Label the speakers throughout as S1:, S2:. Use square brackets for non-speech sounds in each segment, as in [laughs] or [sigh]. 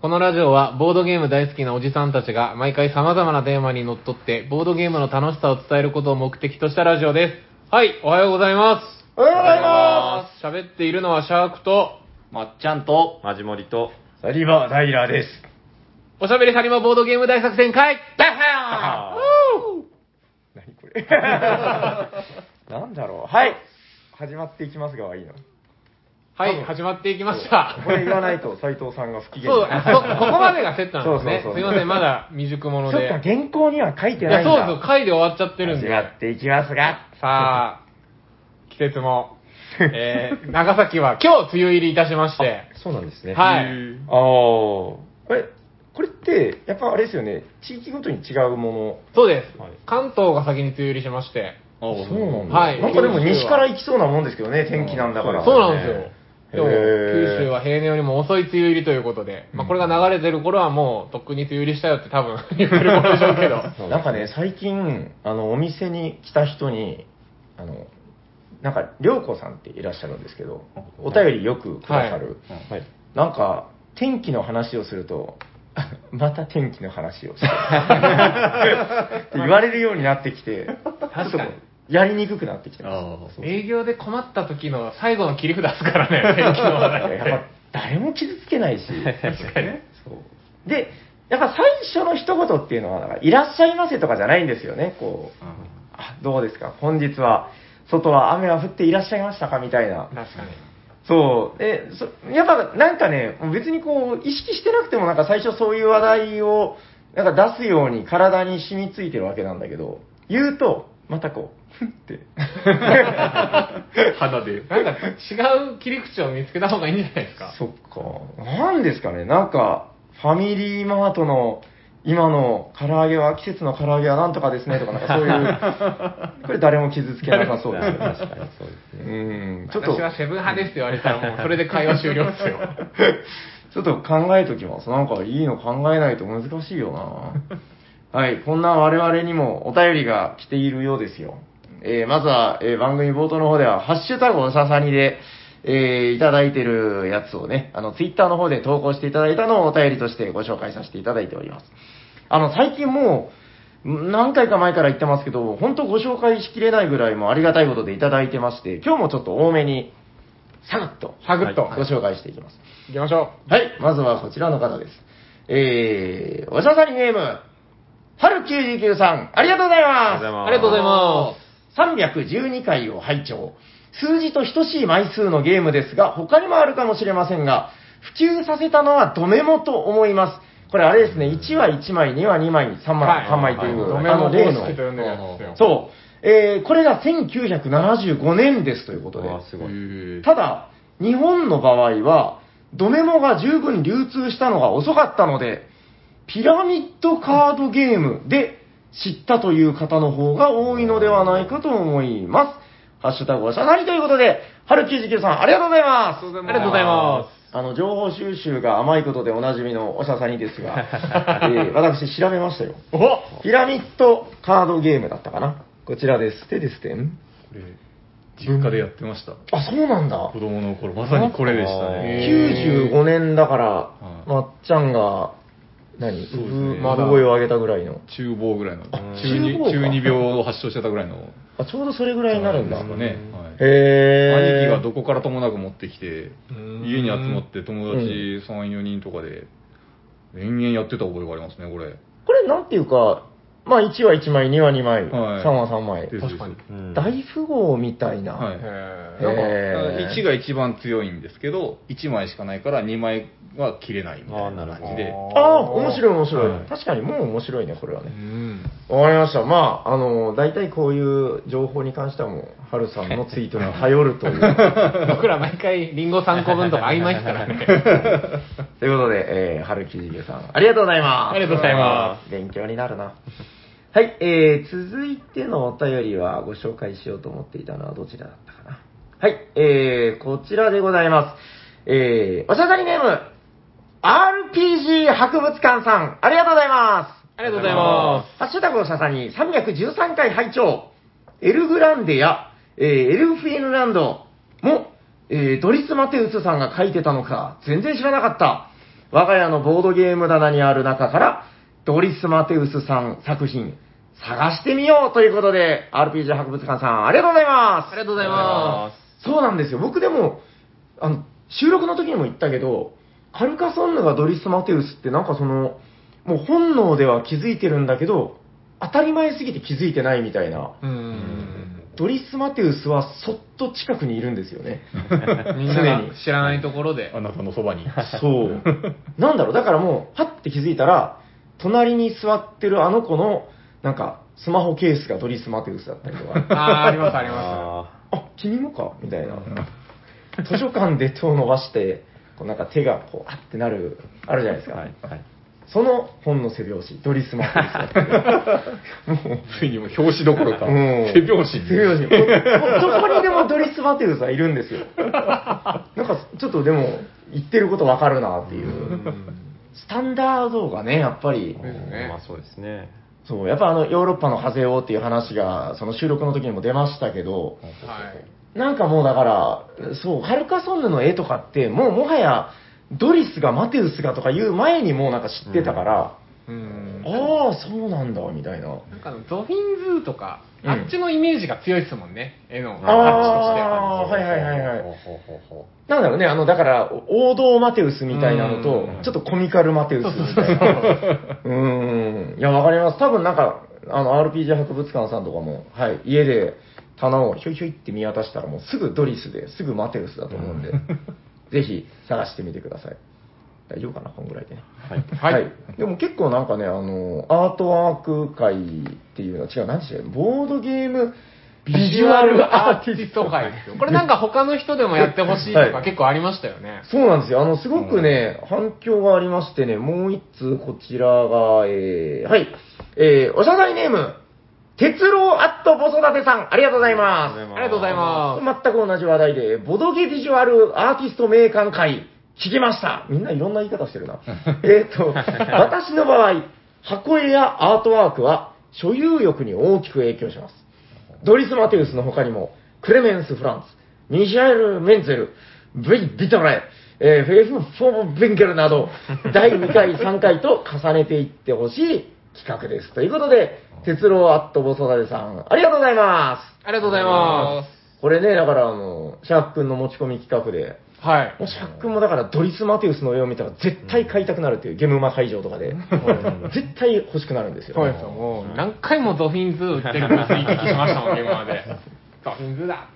S1: このラジオはボードゲーム大好きなおじさんたちが毎回様々なテーマにのっとってボードゲームの楽しさを伝えることを目的としたラジオです。はい、おはようございます。。
S2: おはようございます
S1: 喋っているのはシャークと、
S3: まっちゃんと、まじもりと、
S2: サリバーダイラーです。
S1: おしゃべりサリマボードゲーム大作戦会ダッハ
S3: あ
S2: 何こ [laughs] れ。なんだろう。はい。始まっていきますが、いいの。
S1: ーはい、始まっていきました。
S2: これ言わないと斉藤さんが不機嫌
S1: そう、あそここまでがセットなんですね。
S2: そうそうそう
S1: すいません、まだ未熟者
S2: そ
S1: で。
S2: っか、原稿には書い
S1: い
S2: て
S1: や、
S2: ないん
S1: そう
S2: だ。
S1: そう、回で終わっちゃってるんで。
S2: 始まっていきますが。
S1: さあ、季節も、えー、長崎は今日梅雨入りいたしまして、
S2: そうなんですね。あ
S1: はい。
S2: あ。これ、これって、やっぱあれですよね、地域ごとに違うも
S1: そうです、
S3: はい
S1: 関東が先に梅雨入りしまして、
S2: の。そうなんだ。
S1: はい
S2: なんかでも西から行きそうなもんですけどね、天気なんだから。
S1: そうなんですよ。でも、
S2: へー
S1: 九州は平年よりも遅い梅雨入りということで、まあ、これが流れてる頃はもう、とっくに梅雨入りしたよって多分 [laughs] 言ってる頃でしょうけ
S2: [laughs]
S1: ど。
S3: そう
S2: なんかね、最近、あの、お店に来た人に、あの、なんか、りょうこさんっていらっしゃるんですけど、お便りよくくださる。
S3: はい。
S2: なんか、天気の話をすると、 [laughs] また天気の話
S1: [laughs]
S2: をしてって言われるようになってきて、
S1: 確
S2: ちょ
S1: か
S2: っ
S1: に。
S2: とやりにくくなってきてます。
S3: ああ、
S1: 営業で困った時の最後の切り札ですから
S2: [laughs]
S1: ね、天気の話題
S2: やっぱ誰も傷つけないし、
S1: 確かに。
S2: そうで、やっぱ最初の一言っていうのは、なんかいらっしゃいませとかじゃないんですよね、こう。あどうですか、本日は、外は雨は降っていらっしゃいましたかみたいな。
S1: 確かに。
S2: そう。え、そやっぱなんかね、別にこう、意識してなくてもなんか最初そういう話題を、なんか出すように体に染みついてるわけなんだけど、言うと、またこう、ふん [laughs] って。
S3: 鼻で。
S1: なんか違う切り口を見つけた方がいいんじゃないですか。
S2: そっか。なんですかね、なんか、ファミリーマートの、今の唐揚げは、季節の唐揚げはなんとかですねとか、なんか [laughs] そういう、これ誰も傷つけなさそうですよね。確かにそう [laughs] ですね。うん、ちょっと。
S1: 私はセブン派ですって言われたらもうそれで会話終了です
S2: [laughs]
S1: よ。
S2: ちょっと考えときます。なんかいいの考えないと難しいよなはい、こんな我々にもお便りが来ているようですよ。えー、まずは、えー番組冒頭の方では、ハッシュタグおささにで、えー、いただいてるやつをね、あの、ツイッターの方で投稿していただいたのをお便りとしてご紹介させていただいております。あの、最近もう、ん何回か前から言ってますけど、本当ご紹介しきれないぐらいもうありがたいことでいただいてまして、今日もちょっと多めに、サクッと、
S1: サクッと
S2: ご紹介していきます。
S1: 行きましょ
S2: はい、まずはこちらの方です。えー、おしゃさりネーム、はる99さん、ありがとうございます。
S1: う。
S3: あ
S1: ありがとうございま
S2: 312回を拝聴。数字と等しい枚数のゲームですが、他にもあるかもしれませんが、普及させたのはドメモと思います。これあれですね、1は1枚、2は2枚、3
S1: す。
S2: 枚、3枚と
S1: と
S2: いう、
S1: ドメ
S2: あの
S1: モ
S2: 例
S1: 方
S2: の。
S1: 式と呼んでるやつですよ。
S2: そう。えー、これが1975年ですということで。
S3: ああ、すごい。
S2: ただ、日本の場合は、ドメモが十分流通したのが遅かったので、ピラミッドカードゲームで知ったという方の方が多いのではないかと思います。ハッシュタグおしゃなりということで、春99さん、ありがとうございます。
S1: ありがとうございま
S2: あの、情報収集が甘いことでおなじみのおしゃさにですが、 [laughs] えー私調べましたよ。
S1: す。お
S2: ピラミッドカードゲームだったかな。こちらです。でですね。
S4: これ、実家でやってました。
S2: あ、そうなんだ。
S4: 子供の頃、まさにこれでしたね。
S2: 95年だから
S4: は、い
S2: まっちゃんが、何、
S4: そうですね
S2: 産産声を上げたぐらいの。
S4: 中房ぐらいの、中
S2: 中房か
S4: 二中二病を発症してたぐらいの、
S2: あ、ちょうどそれぐらいになるんだ。
S4: ですかね。はい
S2: へ
S4: 兄貴
S2: ー。
S4: がどこからともなく持ってきて、
S1: うん
S4: 家に集まって友達3、4人とかで、延々やってた覚えがありますね、これ。
S2: これなんていうか、まあ1は1枚、2は2
S4: は
S2: 枚、
S4: い
S2: 3は3枚。
S4: です
S1: 確かに。
S3: うん
S2: 大富豪みたいな。
S4: はい
S1: へ
S2: へー
S1: ー
S2: えー
S4: 1が一番強いんですけど、1枚しかないから2枚は切れないみたいな
S3: あーなる
S4: 感
S3: ほ
S4: じ
S3: ど
S4: で。
S2: ああ、面白い面白い、
S4: はい
S2: 確かにもう面白いね、これは
S1: う
S2: ね。
S1: ん。
S2: わかりました。まあ、あの、大体こういう情報に関してはもう、はるさんのツイートに頼るという。
S1: 僕ら毎回リンゴ3個分とか合いますからね。 [laughs]
S2: ということで、えー、春木じさん、ありがとうございます。。
S1: ありがとうございます
S2: 勉強になるな。 [laughs] はい、えー、続いてのお便りはご紹介しようと思っていたのはどちらだったかな。はい、えー、こちらでございます。えー、おしゃべりネーム、RPG 博物館さん、ありがとうございます。
S1: ありがとうございま
S2: ハッシュタグのささに313回拝聴エルグランデや、えーエルフィーヌランドも、えードリス・マテウスさんが書いてたのか、全然知らなかった。我が家のボードゲーム棚にある中から、ドリス・マテウスさん作品、探してみようということで、RPG 博物館さん、ありがとうございま
S1: あ
S2: す。
S1: りがとうございま
S2: そうなんですよ。僕でも、あの、収録の時にも言ったけど、カルカソンヌがドリス・マテウスってなんかその、もう本能では気づいてるんだけど、当たり前すぎて気づいてないみたいな。
S1: す。う。
S4: うん
S2: ドリス・マテウスはそっと近くにいるんですよね。
S1: [laughs] みんなが知らないところで
S4: [laughs] あ。なたのそばに。
S2: そう。なんだろう、だからもう、はって気づいたら、隣に座ってるあの子の、なんか、スマホケースがドリス・マテウスだったりとか。
S1: あー、あり [laughs] ますありま
S3: あ
S2: あ、君もかみたいな。図書館で手を伸ばして、こうなんか手がこう、あってなる、あるじゃないです
S3: ー
S2: か。
S3: はい、はい。
S2: その本の背拍子、ドリスマテウスだったりとか。
S4: [laughs]
S3: [laughs]
S4: ついにもう表紙どころか。
S2: うん
S4: 手拍子に。
S2: 背拍子。もうもうどこにでもドリスマテウスはいるんですよ。なんか、ちょっとでも、言ってることわかるなってい
S1: す。う
S2: う。
S1: ん
S2: スタンダードがね、やっぱり。
S1: ですね
S3: まあそうですね。
S2: そう、やっぱあの、ヨーロッパのハゼオっていう話が、その収録の時にも出ましたけど、
S1: はい。
S2: なんかもうだから、そう、ハルカソンヌの絵とかって、もうもはや、ドリスがマテウスがとかいう前にもうなんか知ってたから、
S1: うん。
S2: ああ、そうなんだ、みたいな。
S1: なんかあのゾフィンズーとか、
S2: うん
S1: あっちのイメージが強いですもんね、絵のタ
S3: あー
S2: ああー、はいはいはいはい。
S4: ほうほうほ
S2: なんだろうね、あの、だから、王道マテウスみたいなのと
S1: うん、
S2: ちょっとコミカルマテウスみたいな。うーん。いや、わかります。多分なんか、あの、RPG 博物館さんとかも、はい、家で棚をひょいひょいって見渡したら、もうすぐドリスで、すぐマテウスだと思う
S1: [laughs]
S2: んで、ぜひ探してみてください。大丈夫かな、こんぐらいでね。
S3: はい。
S1: はい
S2: でも結構なんかね、あの、アートワーク会っていうのは、違う、何でしたっけボードゲームビジュアルアーティスト
S1: ィスト会ですよ。これなんか他の人でもやってほしいと
S2: は
S1: か
S2: い
S1: 結構ありましたよね。
S2: そうなんですよ。あの、すごくね、反響がありましてね、もう一通こちらが、えー、はい、えー、おしゃだいネーム、鉄郎アットボソダテさん、ありがとうございます。
S1: ありがとうございます。
S2: 全く同じ話題で、ボドゲビジュアルアーティスト名鑑会、聞きました。みんないろんな言い方してるな。えっと、私の場合、箱絵やアートワークは所有欲に大きく影響します。ドリス・マテウスの他にも、クレメンス・フランス、ミシャエル・メンツェル、ヴィ・ビトレ、えーフェイフ・フォー・ベンケルなど、第2回、3回と重ねていってほしい企画です。ということで、哲郎アット・ボソダレさん、ありがとうございます。
S1: ありがとうございま
S2: これね、だからあの、シャーク君の持ち込み企画で、
S1: す。はい。
S2: もうシャーク君もだからドリス・マテウスの絵を見たら絶対買いたくなるっていう、ゲームマ会場とかで、 [laughs] 絶対欲しくなるんですよ。
S1: そうですよ、もう何回もゾフィンズー売ってるの追跡しました
S2: [laughs]
S1: もん、現場で。ゾフィンズーだ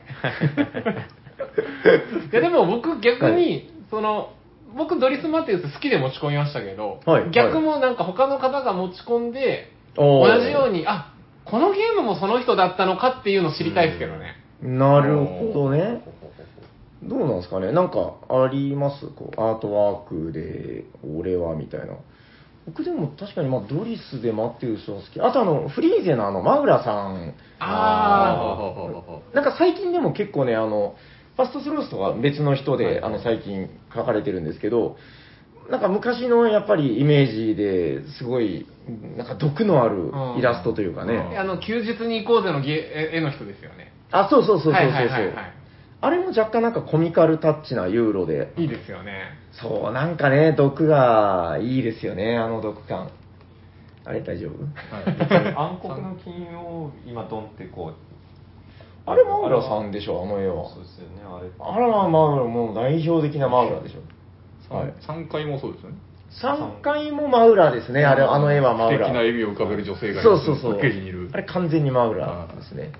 S1: いや、でも僕逆
S2: は
S1: に、その、僕ドリス・マテウス好きで持ち込みましたけど、
S2: はい
S1: 逆もなんか他の方が持ち込んで、
S2: お
S1: 同
S2: ー
S1: じように、あこのゲームもその人だったのかっていうの知りたいですけどね。
S2: なるほどね。どうなんですかねなんかありますこう、アートワークで、俺はみたいな。僕でも確かにまあドリスでマテウスは好き。あとあの、フリーゼのあの、マウラさん。
S1: あ
S4: ほうほうほう
S2: なんか最近でも結構ね、あの、ファストスロースとか別の人で、
S4: はい
S2: あの、最近書かれてるんですけど、なんか昔のやっぱりイメージですごい、なんか毒のあるイラストというかね。
S4: うん
S1: あの、休日に行こうぜのゲ絵絵の人ですよね。
S2: あ、そうそうそうそうそうそう、
S1: はいはいはいは
S2: あれも若干なんかコミカルタッチなユーロで、
S1: い。いいですよね。
S2: そう、なんかね、毒がいいですよね、あの毒感。あれ大丈夫
S3: 暗黒の金曜、今、ドンってこう。
S2: あれマウラさんでしょ、あの絵は
S3: そう。ですよね、あれ。
S2: あらはマウラ、もう代表的なマウラでしょ。はい。
S4: 3回もそうですよね。
S2: 3回もマウラですね、あれ、あの絵はマウ
S4: 素
S2: ラ。
S4: 敵な笑みを浮かべる女性がいる
S2: そうそうそう。
S4: パッケージにいる
S2: あ。れ完全にマウラですね。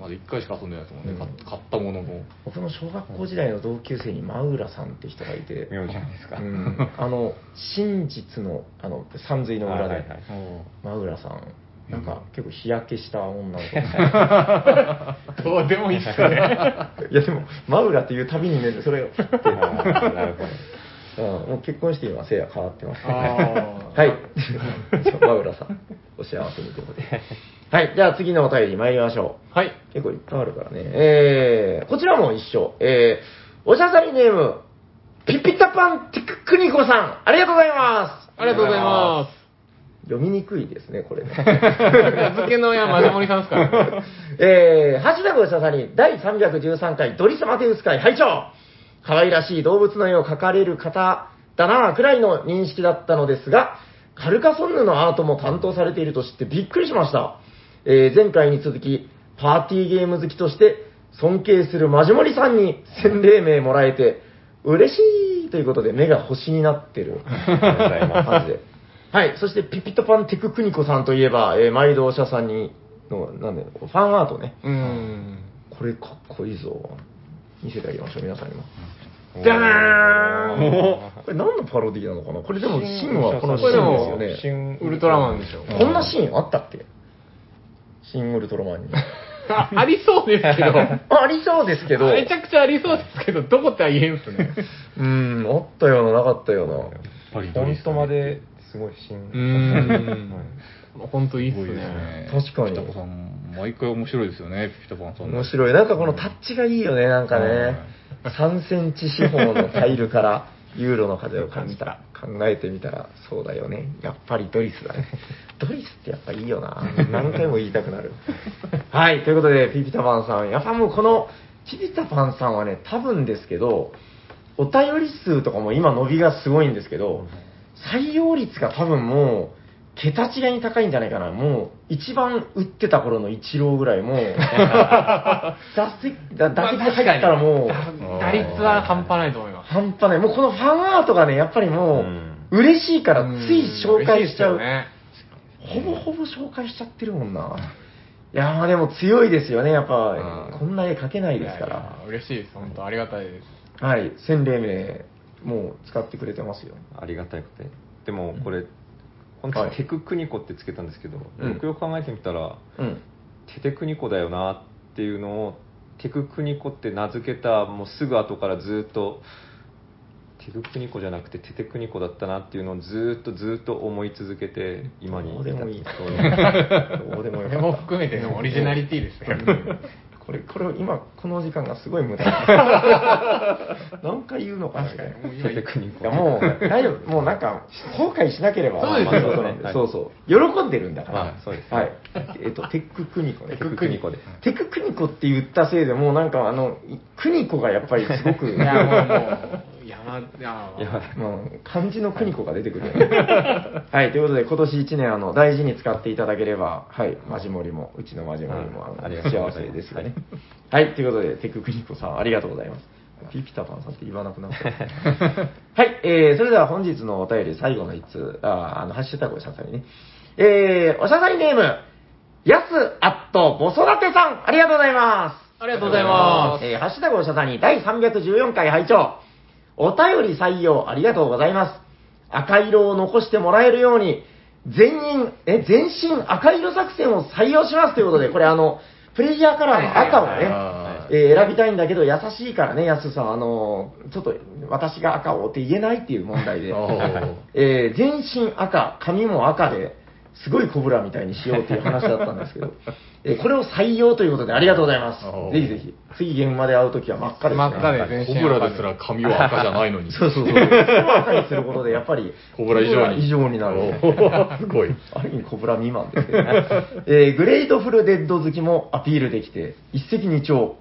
S4: まだ1回しか遊んでないですもん
S2: う
S4: ね。
S2: ん
S4: 買っ買ったものの。
S2: 僕の小学校時代の同級生にマウラさんって人がいて、
S3: 妙じゃないですか。
S2: うんあの、真実の、あの、山水の裏
S3: あはい
S2: で
S3: はい、
S2: マウラさん、なんか結構日焼けした女の子。
S1: どうでもいいっす
S2: [laughs]
S1: よね。
S2: いやでも、マウラっていうたびにね、それを、
S3: あーなるほど。
S2: うん、もう結婚して今、せいや変わってます。
S1: あー
S2: [laughs] はい。マウラさん、お幸せにということで。はい、じゃあ次のお便り参りましょう。
S1: はい。
S2: 結構いっぱいあるからね。えー、こちらも一緒。えー、おしゃさりネーム、ピピタパンテククニコさん、ありがとうございます。
S1: ありがとうございま
S2: 読みにくいですね、これね。
S1: す。名付けの親、まじもりさんですから
S2: [laughs]
S1: ね。
S2: えー、ハッシュタグおしゃさり、第313回ドリスマテウス会、拝聴可愛らしい動物の絵を描かれる方だなぁくらいの認識だったのですが、カルカソンヌのアートも担当されていると知ってびっくりしました。えー前回に続き、パーティーゲーム好きとして尊敬するマジモリさんに洗礼名もらえて、嬉しいということで目が星になってる。マジで。はい。そして、ピピトパンテククニコさんといえば、えー毎度お医者さんにの、なんだよ、ファンアートね。
S1: うん。
S2: これかっこいいぞ。見せてあげましょう、皆さんにも。
S4: うん
S2: じゃー
S4: お
S2: んこれ何のパロディなのかなこれでも、シンはこのシ
S1: これで
S2: ー
S1: も
S2: ンですよね。
S1: ウルトラマンでしょ。
S2: こんなシーンあったっけシン・ウルトラマ [laughs] ンに。
S1: あ [laughs] ありそうですけど、
S2: ありそうですけど、
S1: めちゃくちゃありそうですけど、どこっては言えんっすね。
S2: うん、あったような、なかったような。
S4: ぱり
S3: フォントまですごい新。
S1: うーん。ほんといいっすね。
S2: 確かに
S4: ピタパさん、毎回面白いですよね、ピタパンさん。
S2: 面白い。なんかこのタッチがいいよね、なんかね。3センチ四方のタイル [laughs] からユーロの風を感じた。考えてみたら、そうだよね。やっぱりドリスだ [laughs] ね。ドリスってやっぱいいよな。何回も言いたくな [laughs] る。はい、ということで、ピピタパンさん。やっぱもうこの、ピピタパンさんはね、多分ですけど、お便り数とかも今伸びがすごいんですけど、採用率が多分もう、桁違いに高いんじゃないかな。もう、一番打ってた頃の一郎ぐらいもう、打席、打打席入ったらもう、
S1: だ打率は半端ないと思います。
S2: 半端ない。もうこのファンアートがね、やっぱりもう、嬉しいから、つい紹介しちゃ
S1: ん
S2: う。
S1: 嬉ですよね
S2: ほぼほぼ紹介しちゃってるもんな。いやーまあでも強いですよね、やっぱ、
S4: うん
S2: こんな絵描けないですか
S1: いやい
S2: ら。
S1: や嬉しいです、本当ありがたいです。
S2: はい、洗礼名、もう使ってくれてますよ。
S3: ありがたいことで。でもこれ、本当
S2: はい
S3: にテククニコってつけたんですけど、
S2: うん
S3: よくよく考えてみたら、
S2: うん。
S3: テテクニコだよなっていうのを、テククニコって名付けたもうすぐ後からずっと、テククニコじゃなくてテテクニコだったなっていうのをずっとずっと思い続けて、今に
S2: どうでもいい
S3: 至って
S2: どうでも
S1: こ
S2: よ
S1: れ
S4: [laughs]
S2: かった
S1: も含めてのオリジナリティですよ。
S2: [laughs] これ、これ、今、この時間がすごい無駄。何回言うのかな、みたいな。
S1: もう今
S3: テクニコ
S2: いやもう、大丈夫。もうなんか、後悔しなければ、
S1: そうですよ
S2: まあまあなんで
S3: はい
S2: そうそう。喜んでるんだから。
S3: まあそうです
S2: はい。えっと、テッククニコね。
S3: [laughs] テククニコです。
S2: テククニコって言ったせいで、もうなんか、あの、いクニコがやっぱりすごく、
S1: いや、もう、もう、山、いや、
S3: いや
S2: もう漢字のクニコが出てくるよね。はい、ということで、今年1年、あの、大事に使っていただければ、はい、マジモリも、うちのマジモリも、あの
S3: ありがとうご
S2: 幸
S3: ざいます
S2: せですよね。はい、ということで、テククニコさん、ありがとうございます。ピピタパンさんって言わなくな [laughs] った。はい、えー、それでは本日のお便り、最後の1通、あーあの、ハッシュタグおしゃさりね。えー、おしゃさりネーム、やすアット子育てさん、ありがとうございます。
S1: ありがとうございます。
S2: えー、ハッシュタグおしゃさに第314回拝聴。お便り採用ありがとうございます。赤色を残してもらえるように、全員、え、全身赤色作戦を採用しますということで、これあの、プレイヤーカラーの赤を
S1: はい
S2: ね
S1: はい
S4: は、
S2: えー選びたいんだけど、優しいからね、やすさん、あの、ちょっと、私が赤をって言えないっていう問
S1: [laughs]
S2: 題で、えー全身赤、髪も赤で、すごいコブラみたいにしようっていう話だったんですけど、えーこれを採用ということでありがとうございま
S4: お
S2: す。
S4: ー
S2: ぜひぜひ。次現場で会うときは真っ赤ですね。
S1: 真っ赤で全
S4: コ
S1: 身
S4: ブラですら髪は赤じゃないのに。
S2: そうそうそう。真っ赤にすることで、やっぱり、
S4: コブラ以上に。
S2: 以上にな
S4: お
S2: る。
S4: ーすごい。
S2: [laughs] ある意味コブラ未満ですけどね、えーグレートフルデッド好きもアピールできて、一石二鳥。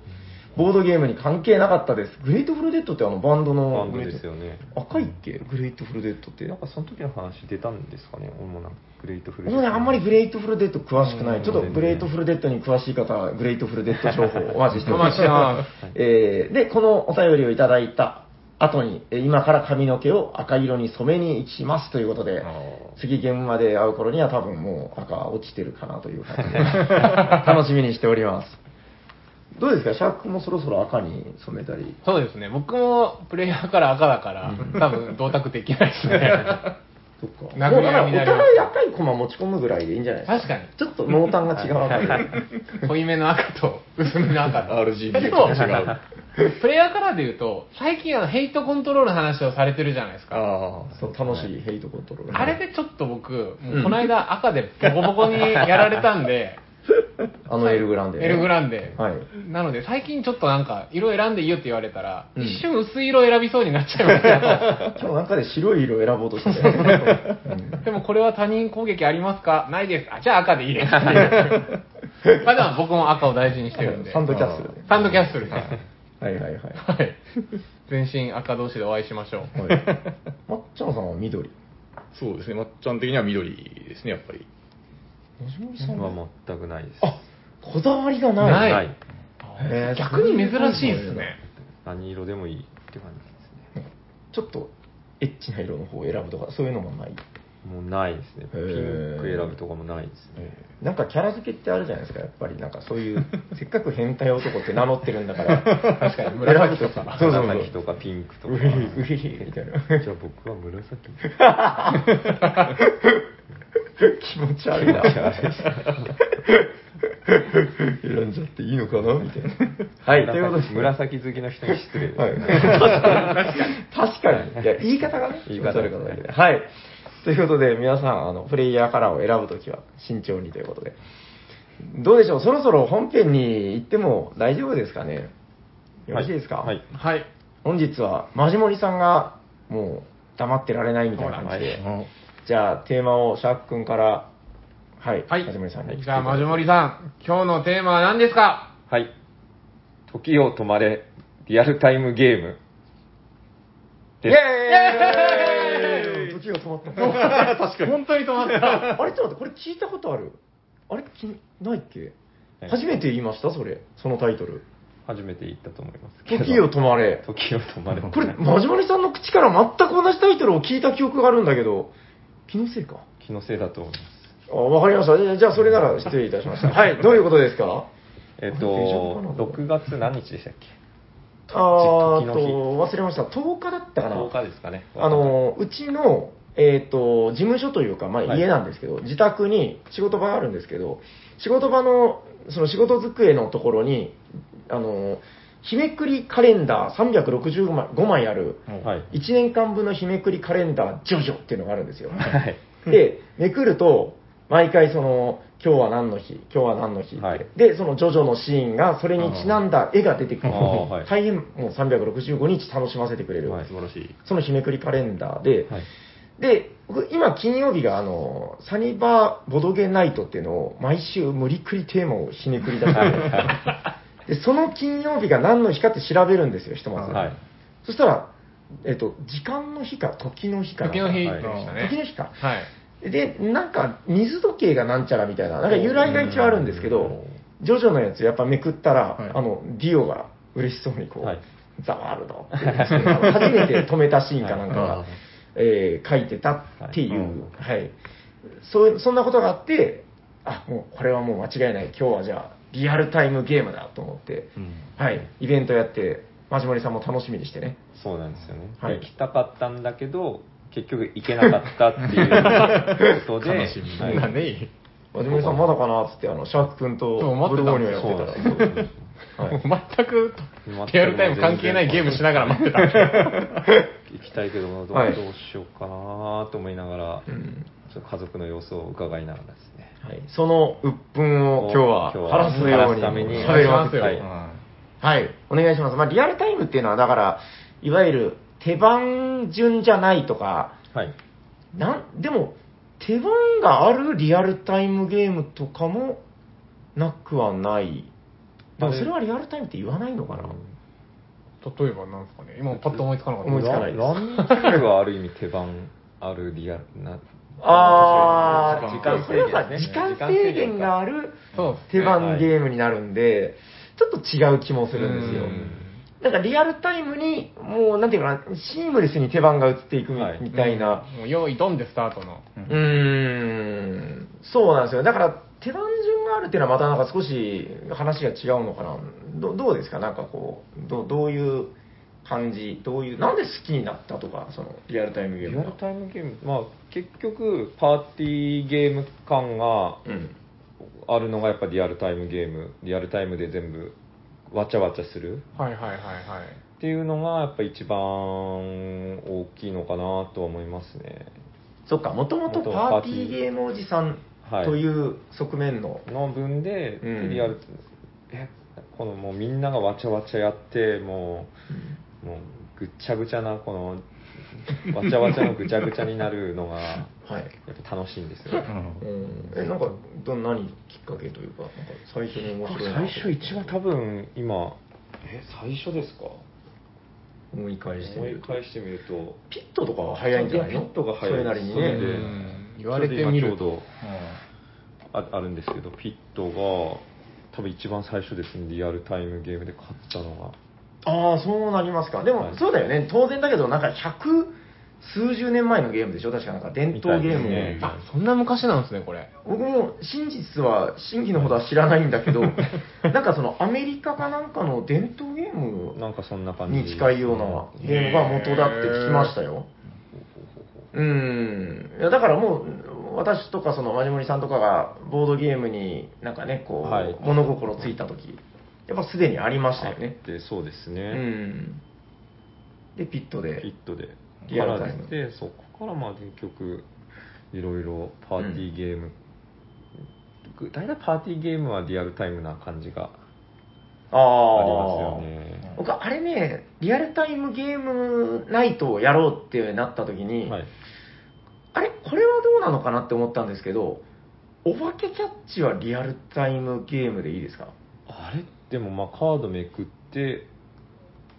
S2: ボードゲームに関係なかったです。グレートフルデッドってあのバンドの。
S3: バンドですよね。
S2: 赤いっけグレートフルデッドって。
S3: なんかその時の話出たんですかね、俺もなんかグレートフル
S2: もうね、あんまりグ
S3: レ
S2: レートフルデッド詳しくない。
S3: うん
S2: ちょっとグレートフルデッドに詳しい方は、グレートフルデッド情報をお待ちしておりま
S1: お待ちし
S2: す。
S1: て
S2: はい [laughs] えーで、このお便りをいただいた後に、えー今から髪の毛を赤色に染めに行きますということで、次現場で会う頃には多分もう赤落ちてるかなという感じで、楽しみにしております。どうですかシャークもそろそろ赤に染めたり。
S1: そうですね、僕もプレイヤーから赤だから、多分、同卓できない
S2: [laughs]
S1: ですね。
S2: そっか。
S1: 殴
S2: もう
S1: り
S2: だか
S1: 合い
S2: らお
S1: になります
S2: 互い赤いコマ持ち込むぐらいでいいんじゃないで
S1: 確
S2: すか
S1: かに。
S2: ちょっと濃淡が違う赤で。
S1: 濃いめの赤と薄めの赤と。
S4: RGB
S1: でも
S4: と違う。
S1: プレイヤーカラーで言うと、最近あのヘイトコントロールの話をされてるじゃないですか。
S4: ああ。
S2: そう楽しいヘイトコントロール。
S1: あれでちょっと僕、もうこの間赤でボコボコにやられたん
S2: [laughs]
S1: で、
S2: あのエルグランデ、
S1: エルグランデ。
S2: はい。
S1: なので最近ちょっとなんか、色選んでいいよって言われたら、
S2: うん
S1: 一瞬薄い色選びそうになっちゃいま
S2: [laughs]
S1: した。
S2: 今日なんかで白い色選ぼうとしてたよね
S1: でもこれは他人攻撃ありますかないです。あ、じゃあ赤でいい
S2: [laughs]
S1: です。まあでも僕も赤を大事にしてるんで。
S2: サンドキャッスルね。
S1: サンドキャッスルです。
S2: はいはいはい。
S1: はい。全身赤同士でお会いしましょう。
S2: まっちゃんさんは緑。
S4: そうですね、まっちゃん的には緑ですね、やっ
S2: [laughs]
S4: ぱり。
S2: のじみさんは
S3: は全くないです。
S2: あ、こだわりがない。
S1: ない
S3: ない。
S2: へー
S1: 逆に珍しいですね。
S3: 何色でもいいって感じですね。
S2: ちょっと、エッチな色の方を選ぶとか、そういうのもない。
S3: もうないですね。
S2: へ
S3: ピン
S2: ー
S3: ク選ぶとかもないですね。
S2: なんかキャラ付けってあるじゃないですか、やっぱり。なんかそう
S1: [laughs]
S2: いう、せっかく変態男って名乗ってるんだから。確かに、
S1: 紫とか
S2: [laughs] そうそう
S3: 紫
S2: そ
S3: とかピンクと
S2: う。う
S3: か。
S2: ひうひひみたいな。
S3: じゃあ僕は紫。
S2: 気持ち悪いな。選んじゃっていいのかなみたいな。はい、ということで。
S3: 紫好きの人に失礼です
S2: はい
S3: ね。
S2: 確かに。いや、言い方がね。
S3: 言い方が
S2: 気持ち悪かったけどはい。ということで、皆さん、あの、プレイヤーカラーを選ぶときは慎重にということで。どうでしょうそろそろ本編に行っても大丈夫ですかねよろしいですか
S3: はい。
S1: はい。
S2: 本日は、マジモリさんが、もう、黙ってられないみたいな感じで。じゃあ、テーマをシャーク君から、はい、
S1: はい。
S2: マジモリさんに。
S1: じゃあ、まじもりさん、今日のテーマは何ですか
S3: はい。時を止まれ、リアルタイムゲーム。
S2: イ
S3: です
S1: イ
S2: ェーイ
S1: ェーイ
S2: 時が止まった。
S1: 確かに。本当に止まった。
S2: [laughs] あれちょっと待って、これ聞いたことあるあれきないっけ
S3: はい
S2: 初めて言いましたそれ。そのタイトル。
S3: 初めて言ったと思いますけど。
S2: 時よ止まれ。
S3: 時を止まれ。
S2: こ [laughs] れ、まじまりさんの口から全く同じタイトルを聞いた記憶があるんだけど、気のせいか。
S3: 気のせいだと思います。
S2: あわかりました。じゃあじゃあ、それなら失礼いたしました。はい、どういうことですか
S3: え
S2: これデ
S3: っ、
S2: ジャブかな
S3: と、6月何日でしたっけ
S2: あー
S3: 時
S2: っ
S3: の
S2: と、
S3: 日
S2: 忘れました。10日だったかな
S3: ?10 日ですかね。
S2: あの、うちの、えっ、と、事務所というか、まあ
S3: はい
S2: 家なんですけど、自宅に仕事場があるんですけど、仕事場の、その仕事机のところに、あの、日めくりカレンダー365枚 ,5 枚ある、
S3: はい。はい。
S2: 1年間分の日めくりカレンダージョジョっていうのがあるんです
S3: [laughs]
S2: よ。
S3: はい。
S2: で、めくると、毎回その、今日は何の日、今日は何の日って、
S3: はい
S2: で、そのジョジョのシーンが、それにちなんだ絵が出てくる
S3: あーはい。
S2: 大変もう365日楽しませてくれる。
S3: はい
S4: 素晴らしい。
S2: その日めくりカレンダーで、
S3: はい
S2: で、僕今金曜日があの、サニバーボドゲナイトっていうのを毎週無理くりテーマをひねくり出してるで、その金曜日が何の日かって調べるんですよ、ひとまず。
S3: はい。
S2: そしたら、えっと、時間の日か時の日かな
S1: 時の日で
S3: はい
S1: した
S2: 時の
S1: ね。
S2: 日か。
S1: はい。
S2: で、なんか水時計がなんちゃらみたいな、なんか由来が一応あるんですけど、ジョジョのやつやっぱめくったら、
S4: はい
S2: あの、ディオが嬉しそうにこう、
S3: はい
S2: ザワールドって言って初めて止めたシーンかなんかが、
S4: はい
S2: えー書いてたっていう、はいそういうそんなことがあって、あ、もうこれはもう間違いない、今日はじゃあ、リアルタイムゲームだと思って、はい、イベントやって、マジモリさんも楽しみにしてね。
S3: そうなんですよね、
S2: はい
S3: 行きたかったんだけど結局行けなかったっていうことで
S2: [laughs]
S4: 悲しみ
S3: はい
S1: だね。
S2: マジモリさんまだかなっつって、あの、シャーク君と
S1: そう待
S2: ブ
S1: って
S2: ル
S1: た
S2: ゴ
S1: ん
S2: ーニュ
S1: です
S2: を
S1: よ
S2: やっ
S3: そう
S2: てた
S3: なん
S2: ら
S3: です。よ
S2: はい
S1: もう全く、リアルタイム関係ないゲームしながら待ってた。 [laughs]
S3: 行きたいけどどうどう
S2: はい
S3: しようかなと思いながら、
S2: ん
S3: ちょっと家族の様子を伺いながらですね
S2: はい、その鬱憤を今日は晴らすように
S3: 晴らすために
S2: 喋りまくって
S3: は
S2: はいい、お願いします。まあ、リアルタイムっていうのは、だから、いわゆる手番順じゃないとか、
S3: はい
S2: なんでも、手番があるリアルタイムゲームとかもなくはない。でもそれはリアルタイムって言わないのかな
S1: 例えばなんですかね。今パッと思いつかなかった。
S2: 思いつかないです
S3: ランキングはある意味手番あるリアルな
S2: あー、
S3: 時間制
S2: それはさ
S3: 限です
S2: 時
S3: ね
S2: 間制限がある
S1: そうですね
S2: 手番ゲームになるんで、ちょっと違う気もするんですよ。なんかリアルタイムに、もうなんていうかな、シームレスに手番が移っていくみ,、
S3: はい
S2: たいな。
S1: うん。もう用意ドンでスタートの。
S2: うーん、そうなんですよ。だから手番順があるっていうのはまたなんか少し話が違うのかな。どどうですかなんかこう、どどういう感じ、どういう、なんで好きになったとか、その [laughs] リアルタイムゲ
S3: リ
S2: ー
S3: ア
S2: ムが
S3: ルタイムゲームまあ結局パーティーゲーム感が
S2: うん。
S3: あるのがやっぱリアルタイムゲームリアルタイムで全部わちゃわちゃする
S1: はいはいはいはい。
S3: っていうのがやっぱ一番大きいのかなとは思いますね
S2: そっか、もともと
S3: 元
S2: パ
S3: 々
S2: ーティーゲームおじさん
S3: はい
S2: という側面の、
S3: の分で
S2: うん
S3: リアル、えこのもうみんながわちゃわちゃやってもうもうぐっちゃぐちゃなこの
S2: [laughs]
S3: わちゃわちゃのぐちゃぐちゃになるのがや
S2: はい。
S3: っぱ楽しいんですよね
S2: うんえなんかど何きっかけというかなんか最初に面白いな
S3: 最初一番多分今
S2: え、最初ですか
S3: 思い返して
S2: 思
S3: み
S2: い
S3: る
S2: 返
S3: と
S2: してみると、
S3: ピッ
S2: トとかは早いんじゃないの
S3: ピットが早い
S2: それなりにね
S3: それで
S4: うん
S1: 言われてみると
S3: それで今ちょうどああるんですけど、ピットが多分一番最初ですね、リアルタイムゲームで勝ったのが。
S2: ああ、そうなりますか。でも、
S3: はい
S2: そうだよね。当然だけど、なんか100数十年前のゲームでしょ確かなんか伝統ゲーム
S3: みたいですね
S1: あ、そんな昔なんですね、これ。
S2: 僕も真実は、真偽のほどは知らないんだ
S3: [laughs]
S2: けど、なんかそのアメリカかなんかの伝統ゲーム
S3: なんかそんな感じ
S2: に近いようなゲームが元だって聞きましたよ。うん。いやだからもう、私とかそのマジモリさんとかがボードゲームになんかね、こう、
S3: はい
S2: 物心ついた時、やっぱすでにありましたよね。
S3: で、そうです
S2: う
S3: ね。
S2: ん。で、ピット
S3: ピ
S2: で
S3: ッ。トで。
S2: リアルタイム
S3: からで、そこからまあ結局、いろいろパーティーゲーム、大体パーティーゲームはリアルタイムな感じが
S2: ああ
S3: ありますよね。
S2: 僕、あれね、リアルタイムゲームナイトをやろうってなった時に、
S3: はい。
S2: あれ、これはどうなのかなって思ったんですけど、お化けキャッチはリアルタイムゲームでいいですか
S3: あれでもまあカードめくって、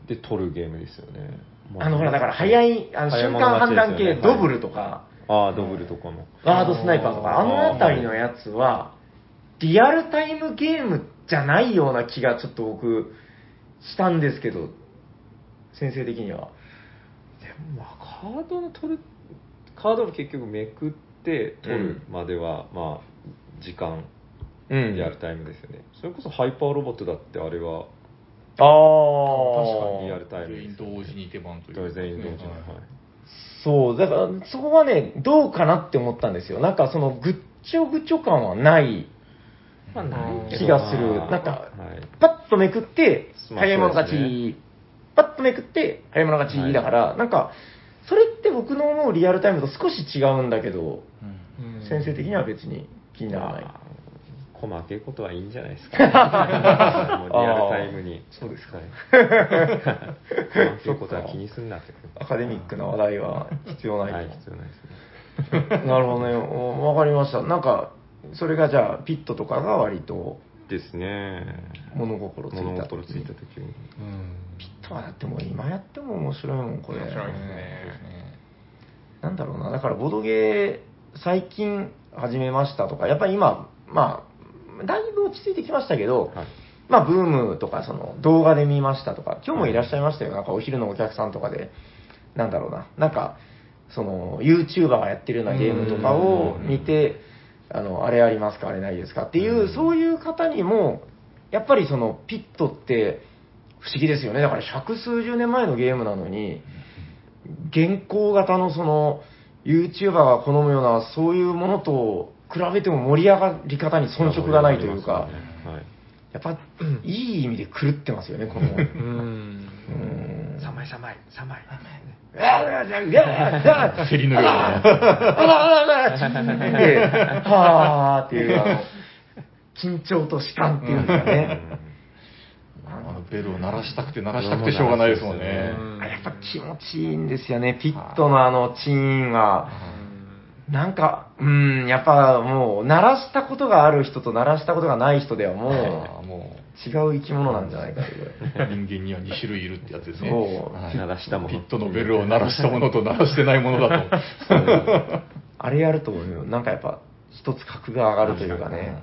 S3: で、取るゲームですよね。ま
S2: あの、ほら、だから早い、あの
S3: 早い
S2: 瞬
S3: 者
S2: 間判
S3: 勝
S2: 断
S3: ちです
S2: 系、ド
S3: よね
S2: ブ
S3: は
S2: ル
S3: い
S2: とか、
S3: ああ、ドブルとかも。
S2: ワードスナイパーとか、あのあたりの
S3: はい
S2: やつは、リアルタイムゲームじゃないような気がちょっと僕、したんですけど、先生的には。
S3: でもまあカードの取るカードを結局めくって取るまでは、まあ時間
S2: う
S3: リアルタイムですよね、それこそハイパーロボットだってあれは
S2: あ
S4: 確
S2: あ。
S4: かに
S3: リアルタイム
S4: 全員同時に手番というか。
S3: 全員同時に、
S4: は
S3: はいい
S2: そう、だから、そこはね、どうかなって思ったんですよ。なんか、その、ぐっちょぐちょ感はない
S3: まあ
S1: ないけど
S2: 気がする。
S3: ま
S2: なん
S3: あは
S2: か、
S3: い
S2: パッとめくって、
S3: まあ
S2: 早い者勝ち、
S3: そうです
S2: パッとめくって、早い者勝
S3: は
S2: ち
S3: い
S2: だから、なんか、それって僕の思うリアルタイムと少し違うんだけど、先生的には別に気にならない。
S3: まあ駒開けることはいいんじゃないで
S2: [laughs]
S3: すか、もうリアルタイムに
S2: そうですか
S3: はい
S2: [laughs]
S3: 駒開けることは気にすんなって
S2: アカデミックな話題は必要
S3: は
S2: ないい
S3: 必要な
S2: と
S3: いです [laughs] ね
S2: なるほどね。おわかりました。なんか、それがじゃあ、ピットとかが割と
S3: ですね
S2: 物心ついた時に
S3: 物心ついた時に
S2: ピットはだってもう今やっても面白いもん、これ。
S4: 面白いです
S1: そうです
S4: ね。
S2: なんだろうな、だからボードゲー最近始めましたとか、やっぱり今、まあ、だいぶ落ち着いてきましたけど、
S3: はい
S2: まあ、ブームとか、その、動画で見ましたとか、今日もいらっしゃいましたよ、なんかお昼のお客さんとかで、なんだろうな、なんか、その、YouTuber がやってるようなゲームとかを見て、あの、あれありますか、あれないですかっていう、そういう方にも、やっぱりその、ピットって、不思議ですよね。だから、百数十年前のゲームなのに、現行型のその、YouTuber が好むような、そういうものと比べても盛り上がり方に遜色がないというか、
S3: はい
S2: やっぱ、いい意味で狂ってますよね、この。
S1: う
S2: う
S1: ーん。
S2: ん。
S3: 三枚三枚三枚。
S2: うわうわうわうわうわ
S4: 競りのようなね。
S2: あらあらあらちーってはーっていう、あの、緊張と弛緩っていうんですかね。
S4: あのベルを鳴らしたくて鳴らしたくてしょうがないですもんね。
S2: あやっぱ気持ちいいんですよね、ピットのあのチーンは。なんか、うん、やっぱもう、鳴らしたことがある人と鳴らしたことがない人では
S4: あ
S2: も
S4: もう
S2: う、違う生き物なんじゃないかという。 [laughs]
S4: 人間には2種類いるってやつですね。
S2: そう
S4: はい
S3: 鳴らしたもの
S4: ピットのベルを鳴らしたものと鳴らしてないものだと。
S2: あれやると、なんかやっぱ、一つ格が上がるというかね。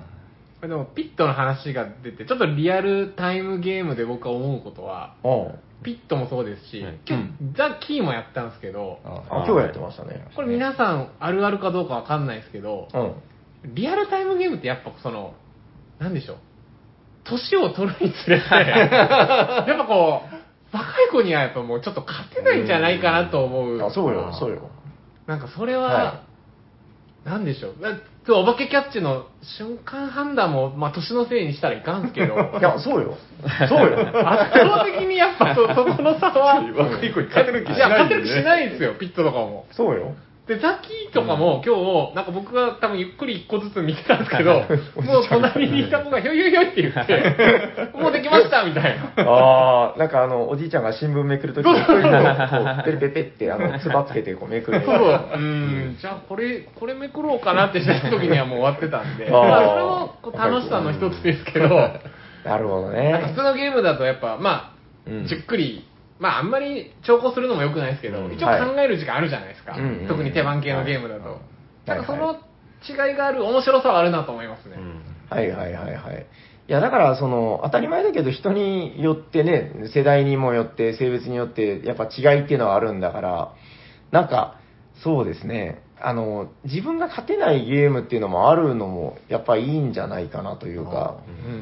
S1: これでも、ピットの話が出て、ちょっとリアルタイムゲームで僕は思うことは、
S2: おう
S1: ピットもそうですし
S3: はい、
S1: 今日、ザ・キーもやったんですけど、
S2: あ、
S3: あ
S2: 今日やってましたね。
S1: これ皆さんあるあるかどうかわかんないですけど、
S2: うん。
S1: リアルタイムゲームってやっぱその、なんでしょう。年を取るにつれて、やっぱこう、若い子にはやっぱもうちょっと勝てないんじゃないかなと思う。
S2: あ、そうよ、そうよ。
S1: なんかそれは、
S2: は
S1: なんでしょう。な今日お化けキャッチの瞬間判断も、まあ年のせいにしたらいかんすけど、
S2: [laughs] いや、そうよ。そうよ。 [laughs]
S1: 圧倒的にやっぱそそこの差は、
S4: 若い子に勝てる気し
S1: いや、
S4: ない
S1: 勝
S4: ん
S1: て
S4: で
S1: る気しないんですよ、ピットとかも。
S2: そうよ。
S1: で、ザキとかも今日、なんか僕が多分ゆっくり一個ずつ見てたんですけど、もう隣にいた子がひょいひょいひょいって言って、もうできましたみたいな。
S2: ああ、なんかあの、おじいちゃんが新聞めくるときに、こうペリペリペリって、あの、つばつけてこうめくる。
S1: そう、うん、じゃあこれ、これめくろうかなってした時にはもう終わってたんで、
S2: あー
S1: まあそれもこう楽しさの一つですけど、
S2: なるほど
S1: なんか普
S2: ね
S1: 通。のゲームだとやっぱ、まあ、
S3: うん
S1: じっくり、まああんまり調校するのも良くないですけど、
S3: うん
S1: 一応
S2: はい
S1: 考える時間あるじゃないですか。
S2: うんうんうん
S1: 特に手番系のゲームだと。
S3: はい
S1: なんかそ
S2: はい
S1: の違いがある面白さはあるなと思いますね。
S2: はいはいはいはい。いやだからその当たり前だけど人によってね世代にもよって性別によってやっぱ違いっていうのはあるんだからなんかそうですねあの自分が勝てないゲームっていうのもあるのもやっぱいいんじゃないかなというか
S1: うん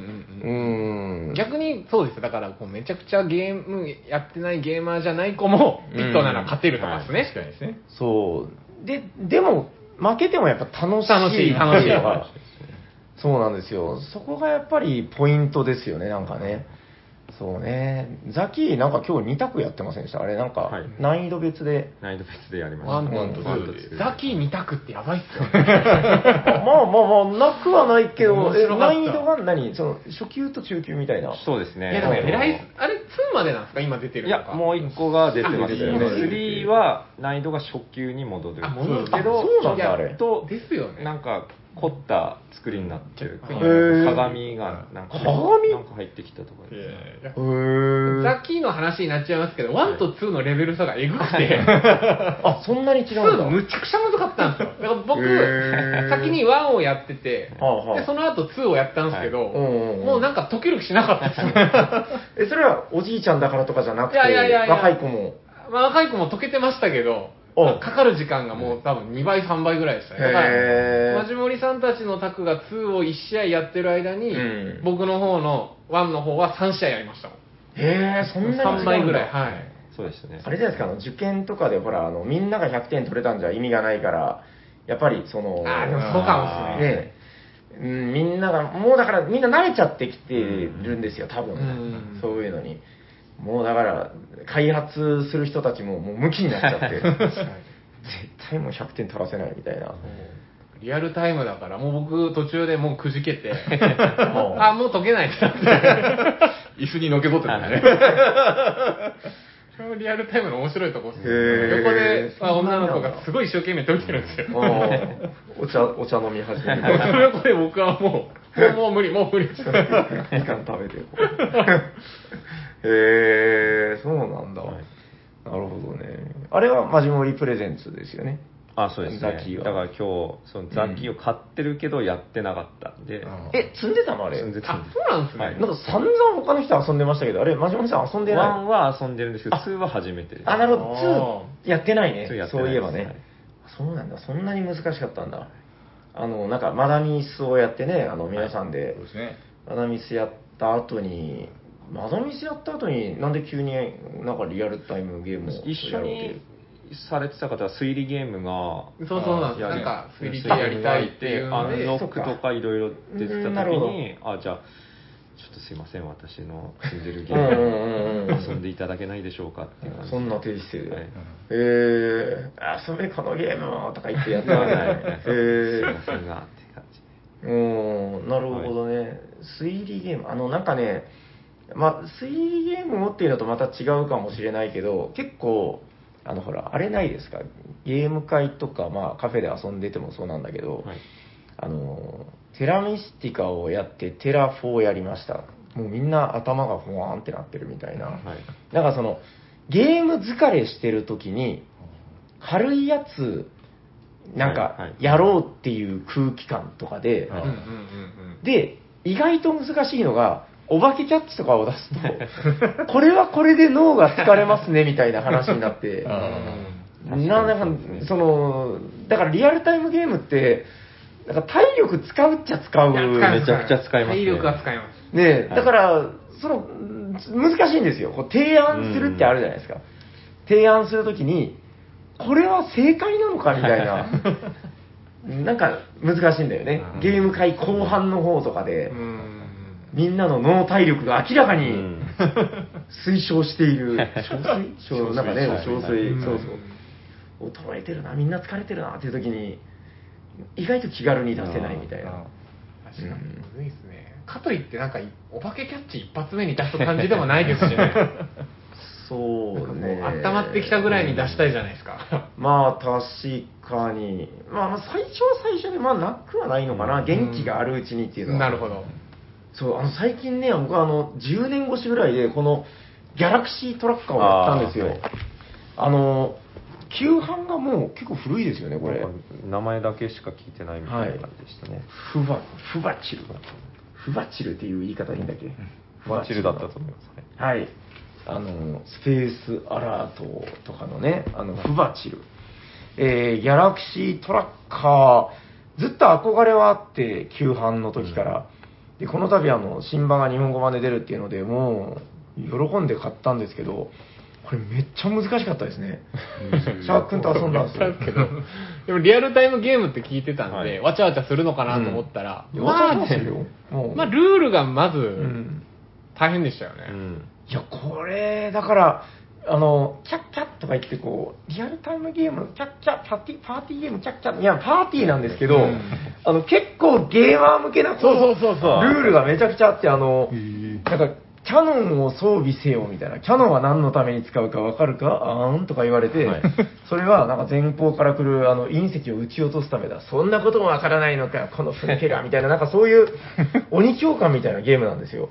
S2: う
S1: うんうん
S2: ん
S1: 逆にそうですだからこうめちゃくちゃゲームやってないゲーマーじゃない子もピットなら勝てるとかですね、
S3: 確かにですね。
S2: そうででも負けてもやっぱ楽しい
S1: 楽しい楽しい
S2: [laughs] はいそうなんですよ。そこがやっぱりポイントですよね、なんかね。そうね。ザキー、なんか今日2択やってませんでしたあれ、なんか
S3: はい
S2: 難易度別で。
S3: 難易度別でやりま
S1: ワン
S3: し
S1: ワンと
S2: うん
S1: ツー
S3: ツー
S1: ザキー2択ってやばいっすよね
S2: まあまあまあ、なくはないけど
S1: 面、
S2: え
S1: 白かった
S2: 難易度が何その初級と中級みたいな。
S3: た。そうです
S1: い
S3: ね。
S1: やでも偉いっすあれ2までなんですか今出てる
S3: い
S1: のか
S3: や、もう一個が出てますよね。
S2: あ出てる
S3: 3は難易度が初級に戻る
S1: あ戻る
S3: けど、
S2: あそうなんだ
S3: ちょっ
S2: あれ
S3: と
S1: ですよね
S3: なんか凝った作りになってる。
S1: へ
S2: ー
S3: 鏡がなんか
S2: 鏡
S3: なんか入ってきたとかですね。
S1: いや
S2: へー。
S1: ザキーの話になっちゃいますけど1と2のレベル差がえぐくて
S2: あ、そんなに違うんだ。
S1: 2むちゃくちゃ難かったんですよだから僕
S2: へー
S1: 先に1をやってて
S2: はあはあ
S1: でその後2をやったんですけど、
S2: はいうんうんうん
S1: もうなんか解ける気しなかった
S2: [laughs]
S1: ですね
S2: え、それはおじいちゃんだからとかじゃなくて、
S1: いやいやいやいや
S2: 若い子も。
S1: まあ、若い子も溶けてましたけど、
S2: お
S1: かかる時間がもう多分2倍、3倍ぐらいでしたね。だから、
S2: へ
S1: マジモリさんたちの卓が2を1試合やってる間に、
S2: うん
S1: 僕の方の1の方は3試合やりましたもん。
S2: ー。へー、そんなに違うんだ
S1: 3倍ぐらい。はい。
S3: そうでしたね
S2: あ。れじゃないですか、あの受験とかでほら、あのみんなが100点取れたんじゃ意味がないから、やっぱりその、
S1: あーでもそうかもしれない
S2: ねうん、みんなが、もうだからみんな慣れちゃってきてるんですよ、多分、
S1: うん
S2: そういうのに。もうだから、開発する人たちももう無気になっちゃ
S1: [laughs]
S2: って、絶対もう100点取らせないみたいな。
S1: リアルタイムだから、もう僕途中でもうくじけて、
S2: もう
S1: あ、もう解けないってなって。
S4: 椅子にのけぞってたね。
S1: それもリアルタイムの面白いとこですよ
S2: へー
S1: 横で、まあ
S2: そんな
S1: 女
S2: んなんだ
S1: の子がすごい一生懸命解いてるんですよ。
S2: お茶お茶飲み始め
S1: そ [laughs]
S2: て、
S1: の横で僕はもう、もうもう無理、もう無理ってなって。
S2: みかん食べてこうへえ、そうなんだ。
S3: はい
S2: なるほどね。あれはマジモリプレゼンツですよね。
S3: あ、そうですね。
S2: ザキは
S3: だから今日、そのザキを買ってるけどやってなかったんで、
S4: うん
S2: え、積んでたのあれ。
S3: 積ん
S2: なん
S3: で
S2: か
S3: たん
S1: あ
S3: で、す。
S1: そうなんですね。
S3: はい
S2: 散々他の人遊んでましたけど、あれ、マジモリさん遊んで
S3: ワ
S2: ない
S3: ンは遊んでるんですけど、ツーは初めてです。
S2: あ、なるほ
S1: あ
S2: ど。2やってないね
S3: ツーや。って
S2: そ
S3: ないうです
S2: いえば
S3: はい
S2: ね。そうなんだ。そんなに難しかったんだ。あの、なんか、マダミスをやってね、あの、皆さんで、
S4: そうですね。
S2: マダミスやった後に、マダミスやった後に、なんで急になんかリアルタイムゲームをやろうってい
S3: 一
S2: う
S3: 緒にされてた方は推理ゲームが
S1: そうそうなんです。
S3: や
S1: な
S3: る
S1: んか、推理系
S3: 推理
S1: やりたいっていう
S3: あ
S1: の
S3: の
S1: で、
S3: ノックとかいろいろ出て
S2: うん
S3: た
S2: な
S3: 時
S2: るほ
S3: にあじゃあちょっとすいません私の住んでるゲ
S2: うんうんうんうん
S3: ーム遊んでいただけないでしょうかっていう感じ
S2: そんな低姿勢で。
S3: はい
S2: えー、あ、それこのゲームをとか言ってやってます
S3: [laughs]
S2: ね。え
S3: すい
S2: ー
S3: ませんがって感じ
S2: うーん、なるほどね、推理ゲーム、あのなんかね、まあ、推理ゲームをっていうのとまた違うかもしれないけど、結構、あのほら、あれないですか、ゲーム会とか、まあ、カフェで遊んでてもそうなんだけど、
S3: はい
S2: あのテラミスティカをやって、テラ4をやりました、もうみんな頭がほわーんってなってるみたいな、
S3: はい
S2: なんかその、ゲーム疲れしてる時に、軽いやつ、なん
S3: はいは
S2: か
S3: い、
S2: やろうっていう空気感とかで、
S1: うん
S3: は
S1: うんうんうん。
S2: で、意外と難しいのが、お化けキャッチとかを出す
S3: [laughs]
S2: と、これはこれで脳が疲れますねみたいな話にな
S3: [laughs]
S2: って、
S3: う
S2: なんな
S3: 確かに
S2: ん
S3: そうです
S2: か、
S3: ね
S2: その、だからリアルタイムゲームって、なんか体力使うっちゃ使う。
S1: いや使います
S3: めちゃくちゃ使います
S1: 体
S3: ね
S1: 力は使います。
S2: ねえ、
S3: はい
S2: だから、その、難しいんですよ。こう提案するってあるじゃないですか。提案するときに、これは正解なのかみた
S1: [laughs]
S2: いな。なんか難しいんだよね
S3: うん。
S2: ゲーム会後半の方とかで、
S1: うん。
S2: みんなの脳体力が明らか
S3: う
S2: に
S3: ん
S2: [laughs] 推奨して
S1: [laughs]
S2: いる。小
S4: 憔悴
S2: なんかね、小
S4: 憔
S2: 水、
S1: 悴
S2: そうそう。衰えてるな、みんな疲れてるなっていうときに、意外と気軽に出せないみたいな。
S1: 確かに、むずいですね。かといって、なんか、お化けキャッチ一発目に出す感じでもないですし
S2: [laughs]
S1: ね。
S2: そうね。
S1: 温まってきたぐらいに出したいじゃないですか。
S2: まあ確かに、まあ、まあ最初は最初で、まあなくはないのかな、
S3: うん
S2: 元気があるうちにっていうのは、
S1: なるほど。
S2: そう、あの、最近ね、僕はあの、10年越しぐらいで、この、ギャラクシートラッカーをやったんですよ。あの、旧版がもう結構古いですよね、これ。
S3: なんか名前だけしか聞いてないみたいな感じでしたね。
S2: フバ、フバチル。フバチルっていう言い方いいんだっけ
S3: フバチルだったと思いますね。
S2: はい。あの、スペースアラートとかのね、あの、フバチル。えー、ギャラクシートラッカー、ずっと憧れはあって、旧版の時から。で、この度あの、新版が日本語版で出るっていうので、もう、喜んで買ったんですけど、これめっちゃ難しかったですね。 [laughs] シャーク君と遊んだんですよ。
S1: けど、 [laughs] でもリアルタイムゲームって聞いてたんで、
S3: はい
S1: わちゃわちゃするのかなと思ったら、
S2: うん
S1: まあ
S2: わちゃわちゃするよ
S1: ね、
S2: もう
S1: まあルールがまず
S2: うん
S1: 大変でしたよね。
S3: うん。
S2: いや、これ、だから、あの、キャッキャッとか言って、こう、リアルタイムゲーム、キャッキャッ、パーティー、パーティーゲーム、キャッキャッ、いや、パーティーなんですけど、
S1: うん
S2: あの、結構ゲーマー向けな、こ
S1: そうそうそうそう
S2: ルールがめちゃくちゃあって、あの、
S4: ー
S2: なんか、キャノンを装備せよみたいな、キャノンは何のために使うかわかるか、あーんとか言われて、
S3: はい
S2: それはなんか前方から来るあの隕石を撃ち落とすためだ、そんなこともわからないのか、この噴火が、みたいな、なんかそういう鬼教官みたいなゲームなんですよ。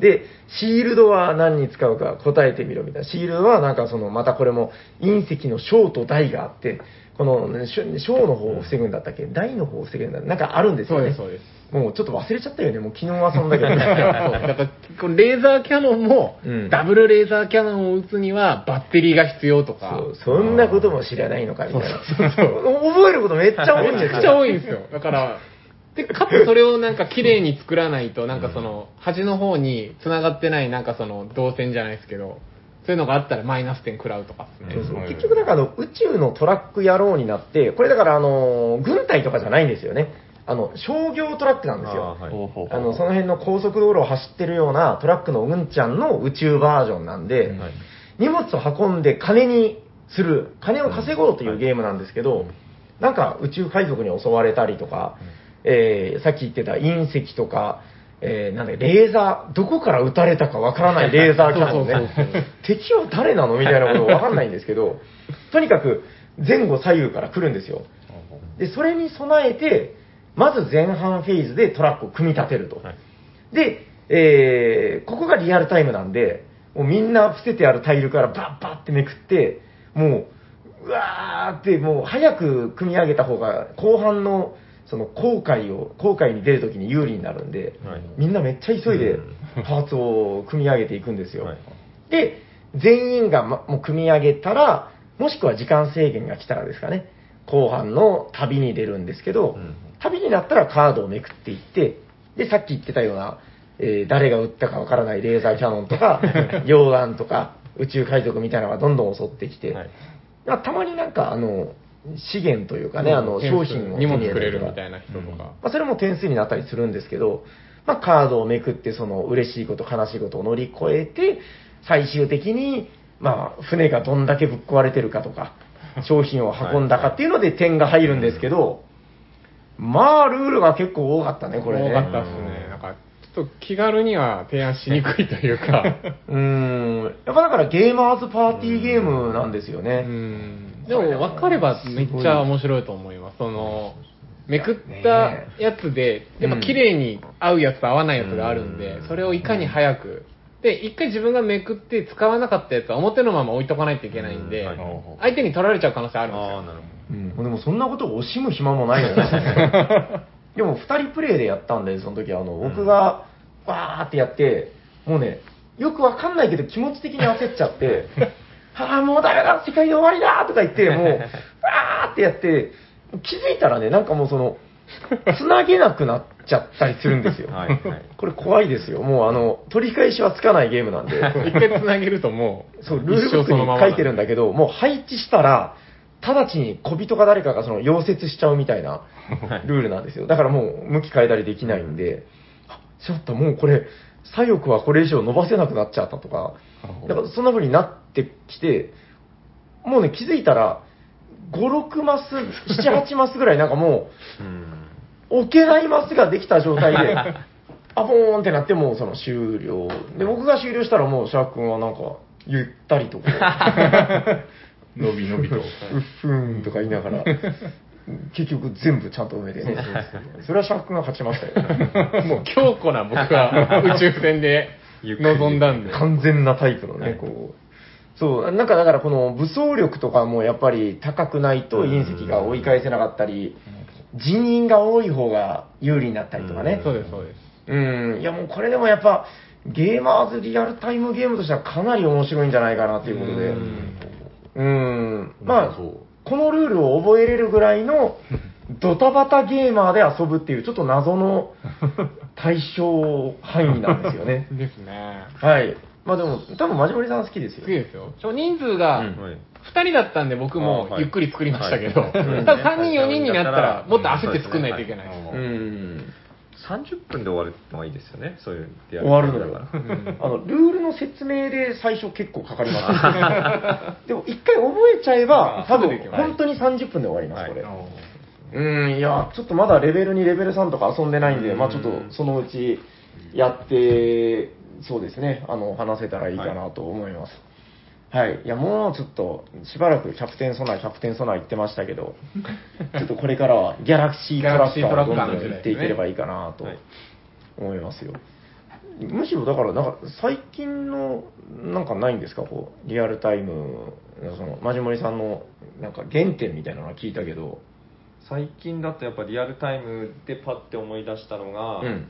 S2: で、シールドは何に使うか答えてみろみたいな。シールドはなんかその、またこれも隕石の小と大があって、このね小小の方を防ぐんだったっけ大の方を防ぐんだなんかあるんですよね。
S1: そうです [laughs]
S2: もうちょっと忘れちゃったよね。もう昨日遊んだけど。
S1: そうだから、このレーザーキャノンも、
S2: うん
S1: ダブルレーザーキャノンを撃つにはバッテリーが必要とか、
S2: そうそんなことも知らないのかみたいな。覚えることめっちゃ多いん
S1: めち
S2: で
S1: ゃ
S2: すよ。
S1: くちゃ多いんです
S2: [laughs]
S1: よ。だから、で、かつそれをなんか綺麗に作らないと、なんかその、端の方に繋がってないなんかその、動線じゃないですけど、そういうのがあったらマイナス点食らうとかですね。
S2: そうそう
S4: うん
S2: 結局なんかあの宇宙のトラック野郎になって、これだからあの軍隊とかじゃないんですよね。あの商業トラックなんですよ。
S3: あーはい
S4: ほうほうほう
S2: あのその辺の高速道路を走ってるようなトラックのうんちゃんの宇宙バージョンなんで、
S3: はい
S2: 荷物を運んで金にする、金を稼ごうというゲームなんですけど、なんか宇宙海賊に襲われたりとか、えーさっき言ってた隕石とか、えーなんだっけレーザー、どこから撃たれたかわからないレーザーキャノンね
S1: そうそうそうそう、
S2: 敵は誰なのみたいなことわかんないんですけど、とにかく前後左右から来るんですよ。で、それに備えて、まず前半フェーズでトラックを組み立てると。
S3: はい
S2: で、えーここがリアルタイムなんで、もうみんな伏せてあるタイルからバッバッってめくって、もう、うわーって、もう早く組み上げた方が、後半の、その、後悔を、後悔に出るときに有利になるんで、
S3: はい
S2: みんなめっちゃ急いで
S3: うん、
S2: パーツを組み上げていくんですよ。
S3: はい
S2: で、全員が、ま、もう組み上げたら、もしくは時間制限が来たらですかね、後半の旅に出るんですけど、
S3: うん
S2: 旅になったらカードをめくっていって、で、さっき言ってたような、えー誰が撃ったかわからないレーザーキャノンと
S1: [laughs]
S2: か、溶岩とか、宇宙海賊みたいなのがどんどん襲ってきて、
S3: はい
S2: まあたまになんか、あの、資源というかね、あの、商品を
S1: 荷
S2: 手に
S1: 物
S2: 入
S1: くれ
S2: と
S1: る
S2: か
S1: みたいな人とか。
S2: まあ、それも点数になったりするんですけど、まあ、カードをめくって、その嬉しいこと、悲しいことを乗り越えて、最終的に、まあ、船がどんだけぶっ壊れてるかとか、商品を運んだかっていうので点が入るんですけど、まあ、ルールが結構多かったね、これね。
S1: 多かったですね。なんか、ちょっと気軽には提案しにくいというか、
S2: [laughs] うーん。やっぱだからゲーマーズパーティーゲームなんですよ
S1: う
S2: ね。
S1: ん。でも分かればめっちゃ面白いと思います。その、めくったやつで、やっぱ綺麗に合うやつと合わないやつがあるんで
S3: う、ん
S1: それをいかに早く。で、一回自分がめくって使わなかったやつは表のまま置いとかないといけないんで
S3: うんはい、
S1: 相手に取られちゃう可能性あるんです
S3: ああ、
S1: よ。
S3: なる
S2: うん、でもそんなことを惜しむ暇もないよ
S3: [laughs]
S2: ね。でも2人プレイでやったんで、その時あの僕がわーってやって、もうね、よくわかんないけど気持ち的に焦っちゃ
S3: [laughs]
S2: って、ああ、もうダメだ、世界で終わりだとか言って、もう、わーってやって、気づいたらね、なんかもうそ
S3: [laughs]
S2: の、つなげなくなっちゃったりするんですよ。
S3: ほど。はいはい。
S2: これ怖いですよ。もうあの、取り返しはつかないゲームなんで。
S1: [laughs] 一回繋げるともう、
S2: そう、ルールブックに書いてるんだけど、もう配置したら、直ちに小人か誰かがその溶接しちゃうみたいなルールなんですよ。だからもう向き変えたりできないんで、あちょっともうこれ、左翼はこれ以上伸ばせなくなっちゃったとか、だからそんな風になってきて、もうね、気づいたら、5、6マス、7、8マスぐらいなんかも
S3: うん。
S2: う、置けないマスができた状態で、あボーンってなってもうその終了。で、僕が終了したらもうシャーク君はなんか、ゆったりとこう、
S4: 伸び伸びと。
S2: [laughs] うっふーんとか言いながら、結局全部ちゃんと埋めてね。それはシャーク君が勝ちましたよ。
S1: もう強固な僕は [laughs] 宇宙船で
S3: ゆっくり
S1: 臨んだんで。
S2: 完全なタイプの
S3: は
S2: ね
S3: い、
S2: こう。そう、なんかだからこの武装力とかもやっぱり高くないと隕石が追い返せなかったり、人員が多い方が有利になったりとかね。
S1: そうです、そうです。
S2: うん、いやもうこれでもやっぱ、ゲーマーズリアルタイムゲームとしてはかなり面白いんじゃないかなということで、うん、まあ、このルールを覚えれるぐらいの、ドタバタゲーマーで遊ぶっていう、ちょっと謎の対象範囲なんですよ [laughs] ね。
S1: ですね。
S2: はい。まあでも、多分マジモリさん好きですよ。
S1: 次ですよ。ちょ人数が
S2: うん
S3: はい
S1: 2人だったんで僕も
S3: あはい
S1: ゆっくり作りましたけど、
S3: はい
S1: 多分3人4人になったらもっと焦って作んないといけない。
S3: うん
S2: うん。
S3: 30分で終わるのがいいですよね、そういうリア
S2: 終
S3: ル
S2: わるの
S3: だ
S2: よ
S3: から。
S2: あの、ルールの説明で最初結構かかり [laughs] ます。でも一回覚えちゃえば、多分本当に30分で終わります、これ。うん、いや、ちょっとまだレベル2、レベル3とか遊んでないんで、まあちょっとそのうちやって、そうですね、あの、話せたらいいかなと思います。はい。いや、もうちょっと、しばらくキャプテンソナー、キャプテンソナー言ってましたけ [laughs] ど、ちょっとこれからはギャラクシートラッカーをどんどん言っていければいいかなと
S3: はい
S2: 思いますよ。むしろだから、なんか最近の、なんかないんですか、こう、リアルタイム、その、マジモリさんの、なんか原点みたいなのは聞いたけど、
S3: [laughs] 最近だとやっぱリアルタイムでパッて思い出したのが、
S2: うん。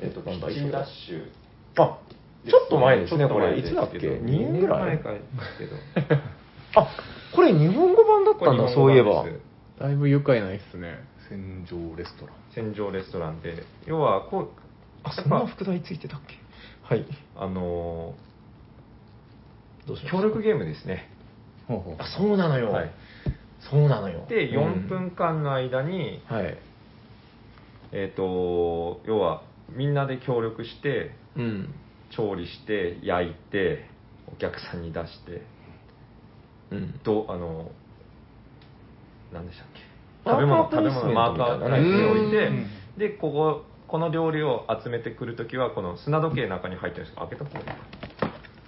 S3: えっと、キ
S2: なんだ
S3: ッチンダッシュ。
S2: あ、ちょっと前です
S3: ちょ
S2: ね、
S3: っと
S2: これ。
S3: 前
S2: い
S3: で
S2: つ
S3: す
S2: だっけ ?2
S3: ど
S2: 年ぐらい
S3: 二年前かですけど。
S2: あ、これ日本語版だったんだ、そういえば。
S1: だいぶ愉快ないっすね。
S4: 戦場レストラン。
S3: 戦場レストランで、要はこう、
S2: あ、そんな副題ついてたっけはい。
S3: あの
S2: どうし
S3: ー
S2: ま
S3: 協力ゲームですね。
S4: ほうほう
S2: あ、そうなのよ。
S3: はい
S2: そうなのよ。
S3: で、
S2: うん
S3: 4分間の間に、
S2: はい。
S3: えっ、と、要は、みんなで協力して、
S2: うん。
S3: 調理して、焼いて、お客さんに出して、
S2: うん。
S3: どうあの、なんでしたっけ。
S2: マ
S3: 食べ物、
S2: ーカー
S3: 食べ物、マーカ
S2: プレイスメントみたいな
S3: ー
S2: ね
S3: を置いて
S4: うん、
S3: で、ここ、この料理を集めてくるときは、この砂時計の中に入ってるんですけど、開けた方がいいか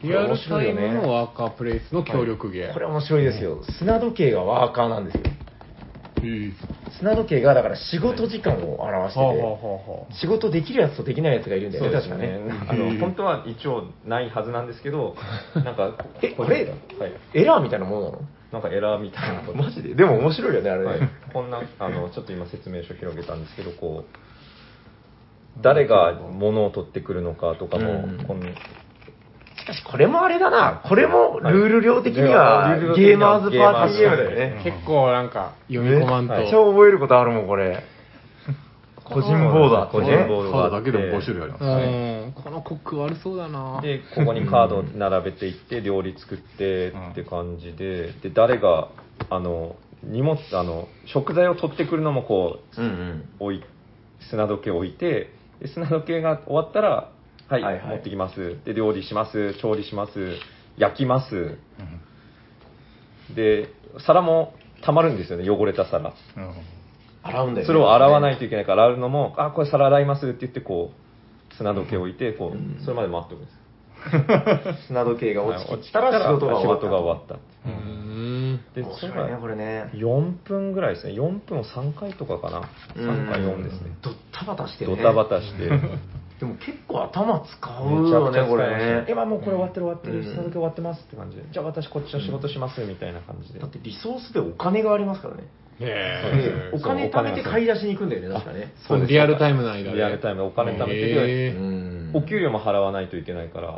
S1: リアルタイムのワーカープレイスの協力ゲー。
S2: これ面白いですよ。砂時計がワーカーなんですよ。
S1: うん
S2: 砂時計がだから仕事時間を表して
S1: はあはあは
S2: て、
S1: あはあ
S2: 仕事できるやつとできないやつがいるんだよね、確かね。
S3: あの本当は一応ないはずなんですけど、なんか、
S2: [laughs] え、こ
S3: ここ
S2: れ
S3: にはい、、
S2: エラーみたいなものなの
S3: なんかエラーみたいなこと。
S2: マジででも面白いよね、あれね。
S3: はい、こんなあのちょっと今説明書広げたんですけどこう誰が物を取ってくるのかとかも、
S2: うん
S3: こん
S2: しかし、これもあれだな。これもルール量的には、
S3: はい
S2: ゲーマーズパーティーゲームだよ
S3: ゲーマーズパーティーゲームだよ
S2: ね。
S1: 結構なんか読み込まんと。
S2: めっちゃ覚えることあるもん、これ。個人ボーダー
S3: 個
S2: と
S3: 人
S2: ね。
S3: ボー
S4: カードだけでも5種類ありますね。
S1: うんこのコック悪そうだな
S3: でここにカードを並べていって料理作ってって感じでで誰があの荷物あの食材を取ってくるのもこう
S2: うんうん。
S3: 置い砂時計置いてで砂時計が終わったらはい、
S2: はいはい
S3: 持ってきますで料理します調理します焼きますで皿もたまるんですよね汚れた皿
S4: うんうん
S2: 洗うんだよね。
S3: それを洗わない
S2: と。
S3: といけないから洗うのもあこれ皿洗いますって言ってこう砂時計置いてこうそれまで待っとくんです
S2: 砂時計が落ち
S3: はい
S2: きったら仕事が終わった。
S3: 仕事が終わった
S1: うん
S3: で
S2: 面
S3: それ
S2: 白いね、こ
S3: が
S2: れね。
S3: 4分ぐらいですね4分を3回とかかな3回4です
S2: う
S3: ね
S2: んドッタバタしてね。
S3: ドタバタ
S2: [laughs]
S3: して
S2: でも結構頭使うよね、これね。
S3: 今もうこれ終わってる終わって
S2: うん
S3: る、砂時計終わってますって感じで、じゃあ私こっちの仕事しますみたいな感じで。
S2: だってリソースでお金がありますからね。
S1: ねえ
S2: でお金貯めて買い出しに行くんだよね、確かね。
S1: そのリアルタイムの間で
S3: リアルタイムお金貯めて
S2: う
S1: へ
S3: る、
S2: ん
S3: お給料も払わないといけないから、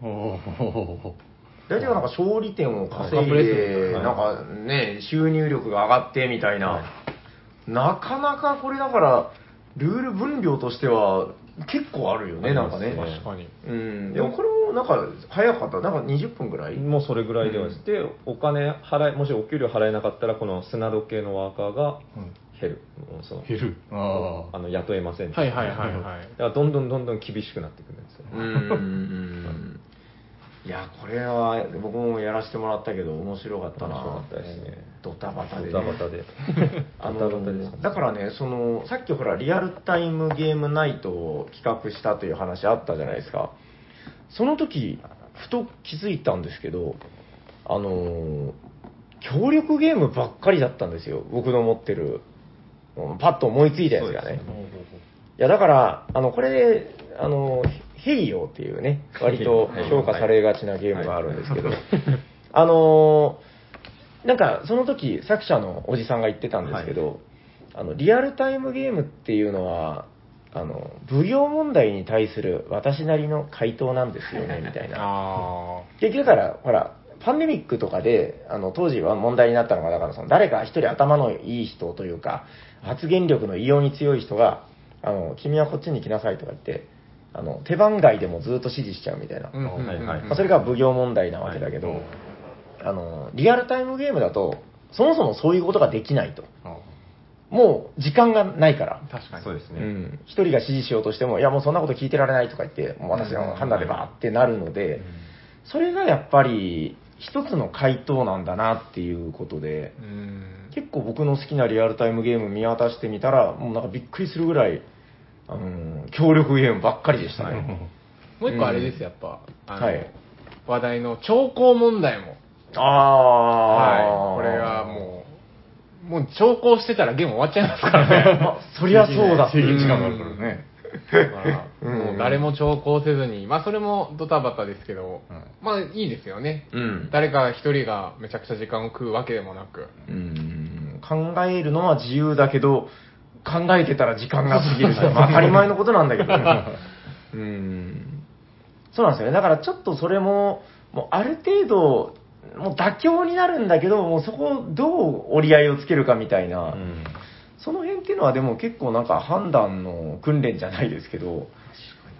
S4: ほうほうほうほう
S2: 大体はなんか勝利点を稼いで、
S3: はい
S2: なんかね、収入力が上がってみたい
S3: はい
S2: な、なかなかこれだから、ルール分量としては結構あるよ
S3: あ
S2: ね、
S3: り
S2: な
S3: ま
S2: んか
S3: す
S2: ね
S3: ね。
S1: 確かに
S2: うん、でもこれもなんか早かった、なんか20分ぐらい。
S3: もうそれぐらいでは
S2: うん
S3: で、お金払い、もしお給料払えなかったら、この砂時計のワーカーが
S4: うん
S3: 減る。もうその
S4: 減る。あ
S3: あの雇えません。
S1: はいはいはいはい
S3: だからどんどんどんどん厳しくなってくるんですよ。
S2: うんうんうんいや、これは僕もやらせてもらったけど、面白かったな。
S3: 面白かったですね
S2: ドタバタで、ね。
S3: ドタバタで。
S2: [laughs] あ
S3: ドタバタです
S2: のだからね、そのさっきほら、リアルタイムゲームナイトを企画したという話あったじゃないですか、その時ふと気づいたんですけど、あのー協力ゲームばっかりだったんですよ。僕の持ってる、うんパッと思いついたやつがね。いや、だから、あの、これ、あの、ヘイヨーっていうね、割と
S3: ヘイヨー
S2: 評価されがちなゲームがあるんですけど、 [laughs] あのー、なんか、その時、作者のおじさんが言ってたんですけど、あの、リアルタイムゲームっていうのは、あの、奉行問題に対する私なりの回答なんですよね、みたいな。 [laughs]
S1: あ
S2: 結局だから、ほら、パンデミックとかで、あの、当時は問題になったのが、だからその、誰か一人頭のいい人というか、発言力の異様に強い人が、あの、君はこっちに来なさいとか言って、あの、手番外でもずっと指示しちゃうみたいな。
S1: あ。うんうん
S3: はいうはい
S1: ん
S2: まあそれが奉行問題なわけだけど、あの、リアルタイムゲームだと、そもそもそういうことができないと。
S1: あ
S2: もう、時間がないから。
S1: 確かに。
S3: そうです
S2: う
S3: ね。
S2: ん、一人が指示しようとしても、いやもうそんなこと聞いてられないとか言って、もう私の判断でバーってなるので、それがやっぱり一つの回答なんだなっていうことで、
S1: うん。
S2: 結構僕の好きなリアルタイムゲーム見渡してみたら、もうなんかびっくりするぐらい、あのー協力ゲームばっかりでしたね。
S1: もう一個あれです、やっぱ。あの
S2: はい
S1: 話題の兆候問題も。
S2: ああ、
S1: はい。これはもう、もう兆候してたらゲーム終わっちゃいますからね。
S2: [laughs] まあ、そりゃそうだ
S4: 制限
S1: ね
S4: 時間があるからね。
S1: だから、
S2: [laughs] うん
S1: もう誰も兆候せずに、まあそれもドタバタですけど、まあいいですよね。
S2: うん。
S1: 誰か一人がめちゃくちゃ時間を食うわけでもなく。
S2: うん考えるのは自由だけど、考えてたら時間が [laughs] 過ぎるし、まあ当たり前のことなんだけど。 [laughs] うん。そうなんですよね。だからちょっとそれも、もうある程度、もう妥協になるんだけど、もうそこをどう折り合いをつけるかみたいな、
S3: うん
S2: その辺っていうのはでも結構なんか判断の訓練じゃないですけど、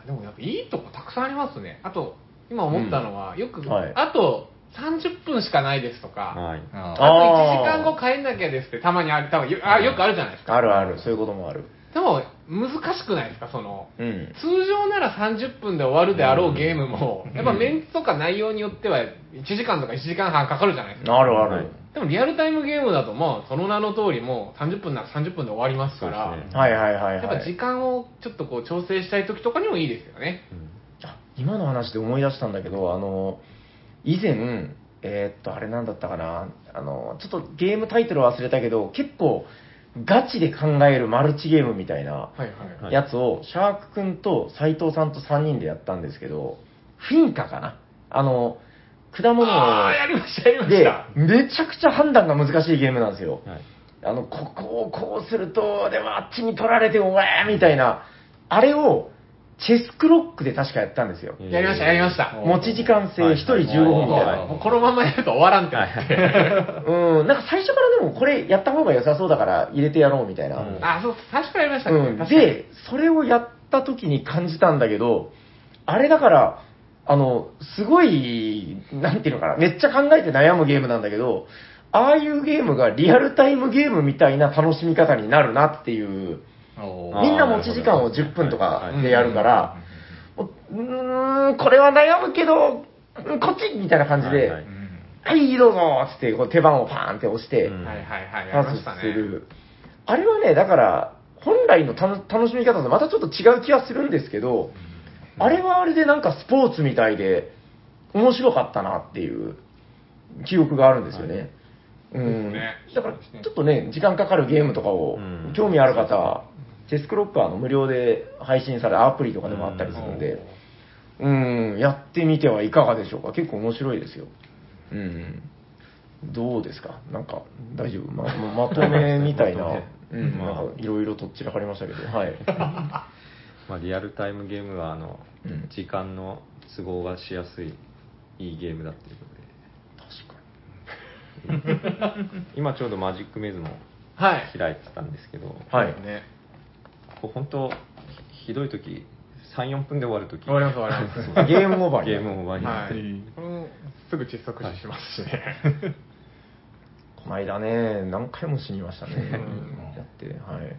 S1: でもやっぱいいとこたくさんありますね。あと、今思ったのは、よく、
S2: はい
S1: あと30分しかないですとか、
S3: はい。
S1: あ
S4: あ
S1: と
S4: あ
S1: 1時間後帰んなきゃですってたまにある、たまよあよくあるじゃないですか。
S2: あるある、そういうこともある。
S1: でも、難しくないですか、その、
S2: うん。
S1: 通常なら30分で終わるであろうゲームも、やっぱメンツとか内容によっては1時間とか1時間半かかるじゃないですか。
S2: あるある。
S3: はい
S1: でもリアルタイムゲームだともう、その名の通りもう30分なら30分で終わりますから、
S3: そうですね
S2: はいはいはい
S1: やっ
S2: は
S1: ぱ時
S2: い。
S1: 間をちょっとこう調整したい時とかにもいいですよね。
S2: あ今の話で思い出したんだけど、あの、以前、えーっと、あれなんだったかな、あの、ちょっとゲームタイトルは忘れたけど、結構、ガチで考えるマルチゲームみたいな
S1: はいはい。
S3: はい
S2: やつを、シャークくんと斎藤さんと3人でやったんですけど、フィンカかなあの、果物
S1: ああ、やりました、やりまし
S2: で
S1: た。、
S2: めちゃくちゃ判断が難しいゲームなんですよ。
S3: はい
S2: あの、ここをこうすると、でもあっちに取られて、お前みたいな、あれを、チェスクロックで確かやったんですよ。
S3: えー
S1: やりました、やりました。
S2: 持ち時間制
S3: はい
S2: 1人15分みたい
S3: はい
S2: な。
S1: もうこのままやると終わらんってなって。
S2: うん、なんか最初からでもこれやった方が良さそうだから入れてやろうみたいな。
S3: うん
S1: [laughs] あ、そう、最初からやりましたね。
S2: うん、
S1: 確かに
S2: で、それをやった時に感じたんだけど、あれだから、あの、すごい、なんていうのかな、めっちゃ考えて悩むゲームなんだけど、ああいうゲームがリアルタイムゲームみたいな楽しみ方になるなっていう、
S4: あ
S2: みんな持ち時間を10分とかでやるから、うーん、これは悩むけど、うんこっちみたいな感じで、
S3: は
S2: はいい
S3: は、
S2: どうぞっつって、こう手番をパーンって押して、
S3: うん
S1: はいはいはい、や
S2: パ
S1: りまし
S2: ス
S1: たね。
S2: する。あれはね、だから、本来のたの楽しみ方とまたちょっと違う気はするんですけど、あれはあれでなんかスポーツみたいで、面白かったなっていう記憶があるんですよね。うん、
S1: ね
S2: だから、ちょっとね、時間かかるゲームとかを
S3: うん、
S2: 興味ある方は、チェスクロックはあの無料で配信され、アプリとかでもあったりするんで、うん、やってみてはいかがでしょうか。結構面白いですよ。うん。どうですかなんか、大丈夫まままとめみたい
S3: まと
S2: な
S3: め。
S2: うん、
S3: まあ
S2: なんか、いろいろとっちらかりましたけど、はい。
S3: まあ、リアルタイムゲームはあの、
S2: うん
S3: 時間の都合がしやすいいいゲームだっていうことで今ちょうどマジックメイズも
S1: はい。
S3: 開いてたんですけど、
S2: はい。
S1: ね。
S3: ここ本当ひどい時34分で終わる時
S1: 終わります、終わります。
S2: ゲームオーバーに
S3: ゲーム終わり
S1: はい
S3: ます、。
S1: これもすぐ窒息死しますしね。
S2: この間ね、何回も死にましたね
S1: ん。
S2: やって、はい。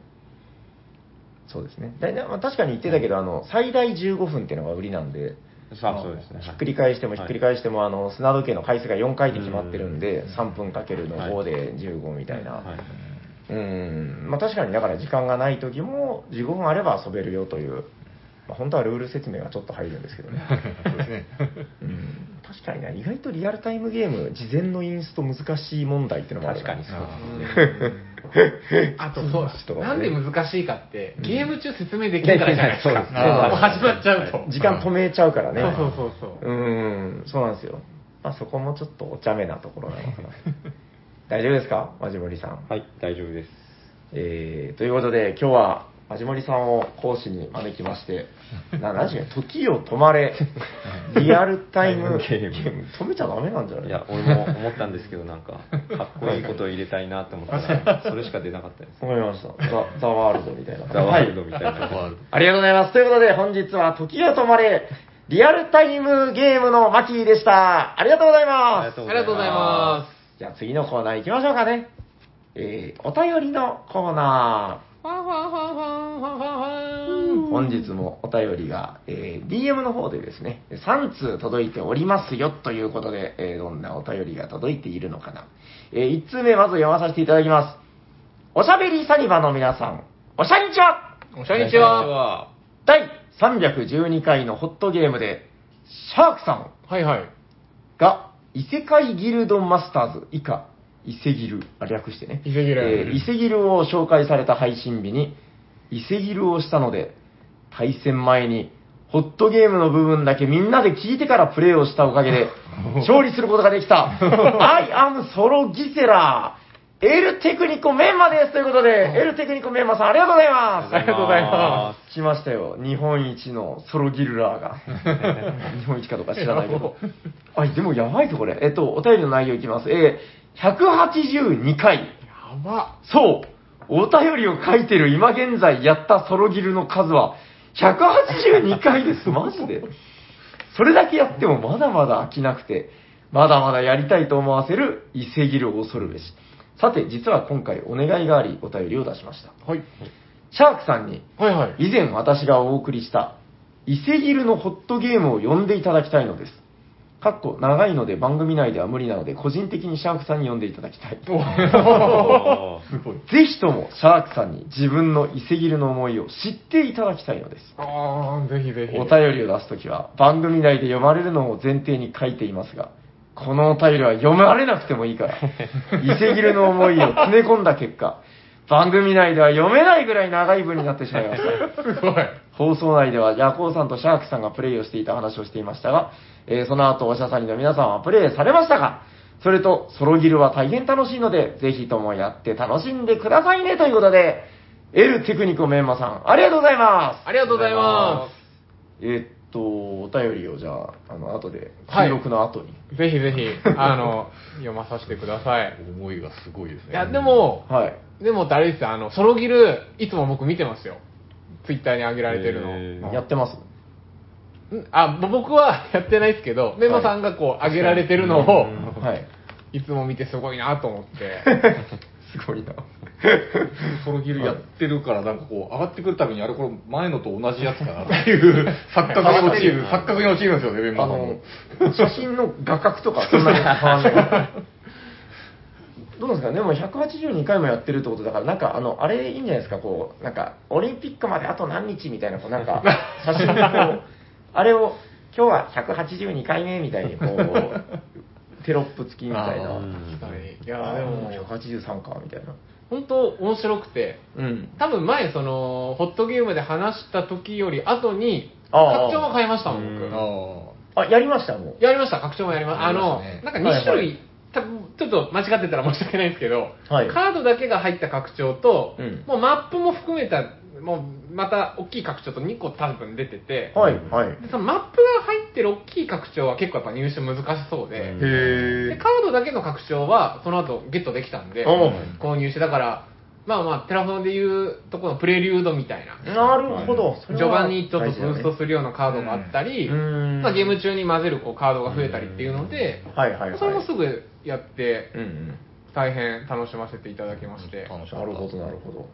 S2: そうですね。だいまあ、確かに言ってたけど、あの、最大15分っていうのが売りなんで、
S3: さあそうですね
S2: ひっくり返してもひっくり返しても、あの、砂時計の回数が4回で決まってるんで、
S3: うん
S2: 3分かけるの5で15みたいな。
S3: はいはい
S2: うん、まあ確かにだから時間がない時も、15分あれば遊べるよというまあ、本当はルール説明がちょっと入るんですけどね。
S1: [laughs]
S4: そう
S2: [laughs]
S4: ですね。
S2: うん確かにな、意外とリアルタイムゲーム、事前のインスト難しい問題ってのもある
S1: 確かにそう
S4: あ
S1: あ
S2: [laughs]
S1: とそう
S2: ちょっと
S1: な
S2: わか
S1: ん
S2: んな
S1: で
S2: い
S1: 難しいかって、ゲーム中説明できないからじゃないですか。
S2: できない
S1: もう始まっちゃうと。
S2: 時間止めちゃうからね。
S1: そうそうそうそう。
S2: うん、そうなんですよ。まあそこもちょっとお茶目なところなの
S1: [laughs]
S2: かな。大丈夫ですかマジモリさん。
S3: はい、大丈夫です。
S2: えーということで、今日は、マジモリさんを講師に招きま
S3: [laughs]
S2: して、な、何時時よ止まれ、リアルタイム
S3: ゲーム
S2: 止めちゃダメなんじゃない
S3: いや、俺も思ったんですけど、なん
S2: [laughs]
S3: か、かっこいいことを入れたいなと思ったら、それしか出なかった
S2: [laughs]
S3: です。
S2: わかりました。ザ・ザ・ワールドみたいな。
S3: ザワールドみたいな。
S2: ありがとうございます。ということで、本日は時よ止まれ、リアルタイムゲームのマキーでした。ありがとうございます。
S1: ありがとうございます。
S2: じゃあ次のコーナー行きましょうかね。えー、お便りのコーナー。
S1: ファンファンファンファンファンファンファン
S2: 本日もお便りが、えー DM の方でですね、3通届いておりますよということで、えーどんなお便りが届いているのかな。えー、1通目まず読まさせていただきます。おしゃべりサニバの皆さん、おしゃにちは
S1: おしゃにちは。
S2: 第312回のホットゲームで、シャークさん
S1: はいはい。
S2: が異世界ギルドマスターズ以下、伊勢ギル、あ略してね。
S1: 伊勢ギル
S2: えー伊勢ギルを紹介された配信日に、伊勢ギルをしたので、対戦前に、ホットゲームの部分だけみんなで聞いてからプレイをしたおか
S1: [laughs]
S2: げで、勝利することができた。I am ソロギセラー、エルテクニコメンマですということ
S1: [laughs]
S2: で、エルテクニコメンマさんありがとうございます。。
S1: ありがとうございます
S2: 来ましたよ。日本一のソロギルラ
S1: [laughs]
S2: ーが。日本一かどうか知らないけど。あ、でもやばいぞ、これ。えっと、お便りの内容いきます。えー、182回。
S1: やば。
S2: そうお便りを書いてる今現在やったソロギルの数は182回です、マジで。それだけやってもまだまだ飽きなくて、まだまだやりたいと思わせる伊勢ギルを恐るべし。さて、実は今回お願いがありお便りを出しました。
S1: はい。
S2: シャークさんに
S1: はいはい。
S2: 以前私がお送りした、伊勢ギルのホットゲームを呼んでいただきたいのです。かっこ長いので番組内では無理なので、個人的にシャークさんに呼んでいただきたい。
S3: お
S2: [laughs]
S3: ー
S2: ぜひともシャークさんに自分の伊勢ギルの思いを知っていただきたいのです。
S1: ああ、ぜひぜひ。
S2: お便りを出すときは番組内で読まれるのを前提に書いていますが、このお便りは読まれなくてもいい
S1: [laughs]
S2: から、伊勢ギルの思いを詰め込んだ結果、番組内では読めないぐらい長い文になってしまいました。
S1: すごい。
S2: 放送内ではヤコウさんとシャークさんがプレイをしていた話をしていましたが、えーその後おしゃさりの皆さんはプレイされましたかそれと、ソロギルは大変楽しいので、ぜひともやって楽しんでくださいねということで、エルテクニコメンマさん、ありがとうございま。
S1: ありがとうございます
S2: えーっと、お便りをじゃあ、あの、後で、
S1: はい
S2: 収録の後に。
S1: す。ぜひぜひ、あの、読まさせてください。
S4: 思いがすごいです
S1: い
S4: ね。
S1: や、でも、
S2: はい。
S1: でも誰ですよ、あの、ソロギル、いつも僕見てますよ。ツイッターに上げられてるの。
S3: へー
S2: やってます
S1: んあ、ぼ僕は [laughs] やってないですけど、メンマさんがこう、上げられてるのを、
S2: はい。
S1: いつも見てすごいなと思って。
S2: [laughs]
S1: [laughs]
S2: すごいな。
S4: ソロギルやってるから、なんかこう、上がってくるたびに、あれこれ前のと同じやつかなっていう、錯覚に陥
S1: [laughs]
S4: る、錯覚に陥るんですよね、メンバ
S2: あ
S4: ーさん
S2: の
S4: も。、
S2: 写真の画角とかそんなに変わんない。どうなんですかね、もう182回もやってるってことだから、なんか、あの、あれいいんじゃないですか、こう、なんか、オリンピックまであと何日みたいな、こう、なん [laughs] か、写真にこう、あれを、今日は182回目みたいに、こう、テロップ付きみたいな。
S4: あ
S1: 確かにい
S2: いや
S1: や、
S2: で
S1: で
S2: も
S1: も、
S2: 183か、みたいな。
S1: 本当面白くて、
S2: うん。
S1: 多分前、その、ホットゲームで話した時より後に、
S2: ああ
S1: 拡張も買いましたもん、
S3: うん
S1: 僕。
S4: あ
S2: あ、やりました、もう。
S1: やりました、拡張もやりました。あの、
S4: やり
S1: な
S4: ま
S1: ん
S4: し
S1: か2種類、
S2: たねはいはい
S1: 多分ちょっと間違ってたら申し訳ないんですけど、
S2: はい
S1: カードだけが入った拡張と、
S2: うん
S1: もうマップも含めた、もうまた大きい拡張と2個多分出てて、
S2: はい、はい。
S1: でそのマップが入ってる大きい拡張は結構やっぱ入手難しそうで、
S3: うん
S1: で
S2: へ
S1: カードだけの拡張はその後ゲットできたんで、
S2: おう
S1: 購入して、だから、まあまあ、テラフォンでいうとこのプレリュードみたいな、
S2: え。なるほど。それ
S1: 序
S2: は
S1: 盤にちょっとブーストするようなカードがあったり、
S2: うん
S1: まあ、ゲーム中に混ぜるこうカードが増えたりっていうので、
S2: はいはいはい。
S1: それもすぐやって、
S2: うんうん。
S1: 大変楽しませていただきまして、
S4: 楽しかった
S2: なるほど、なるほど。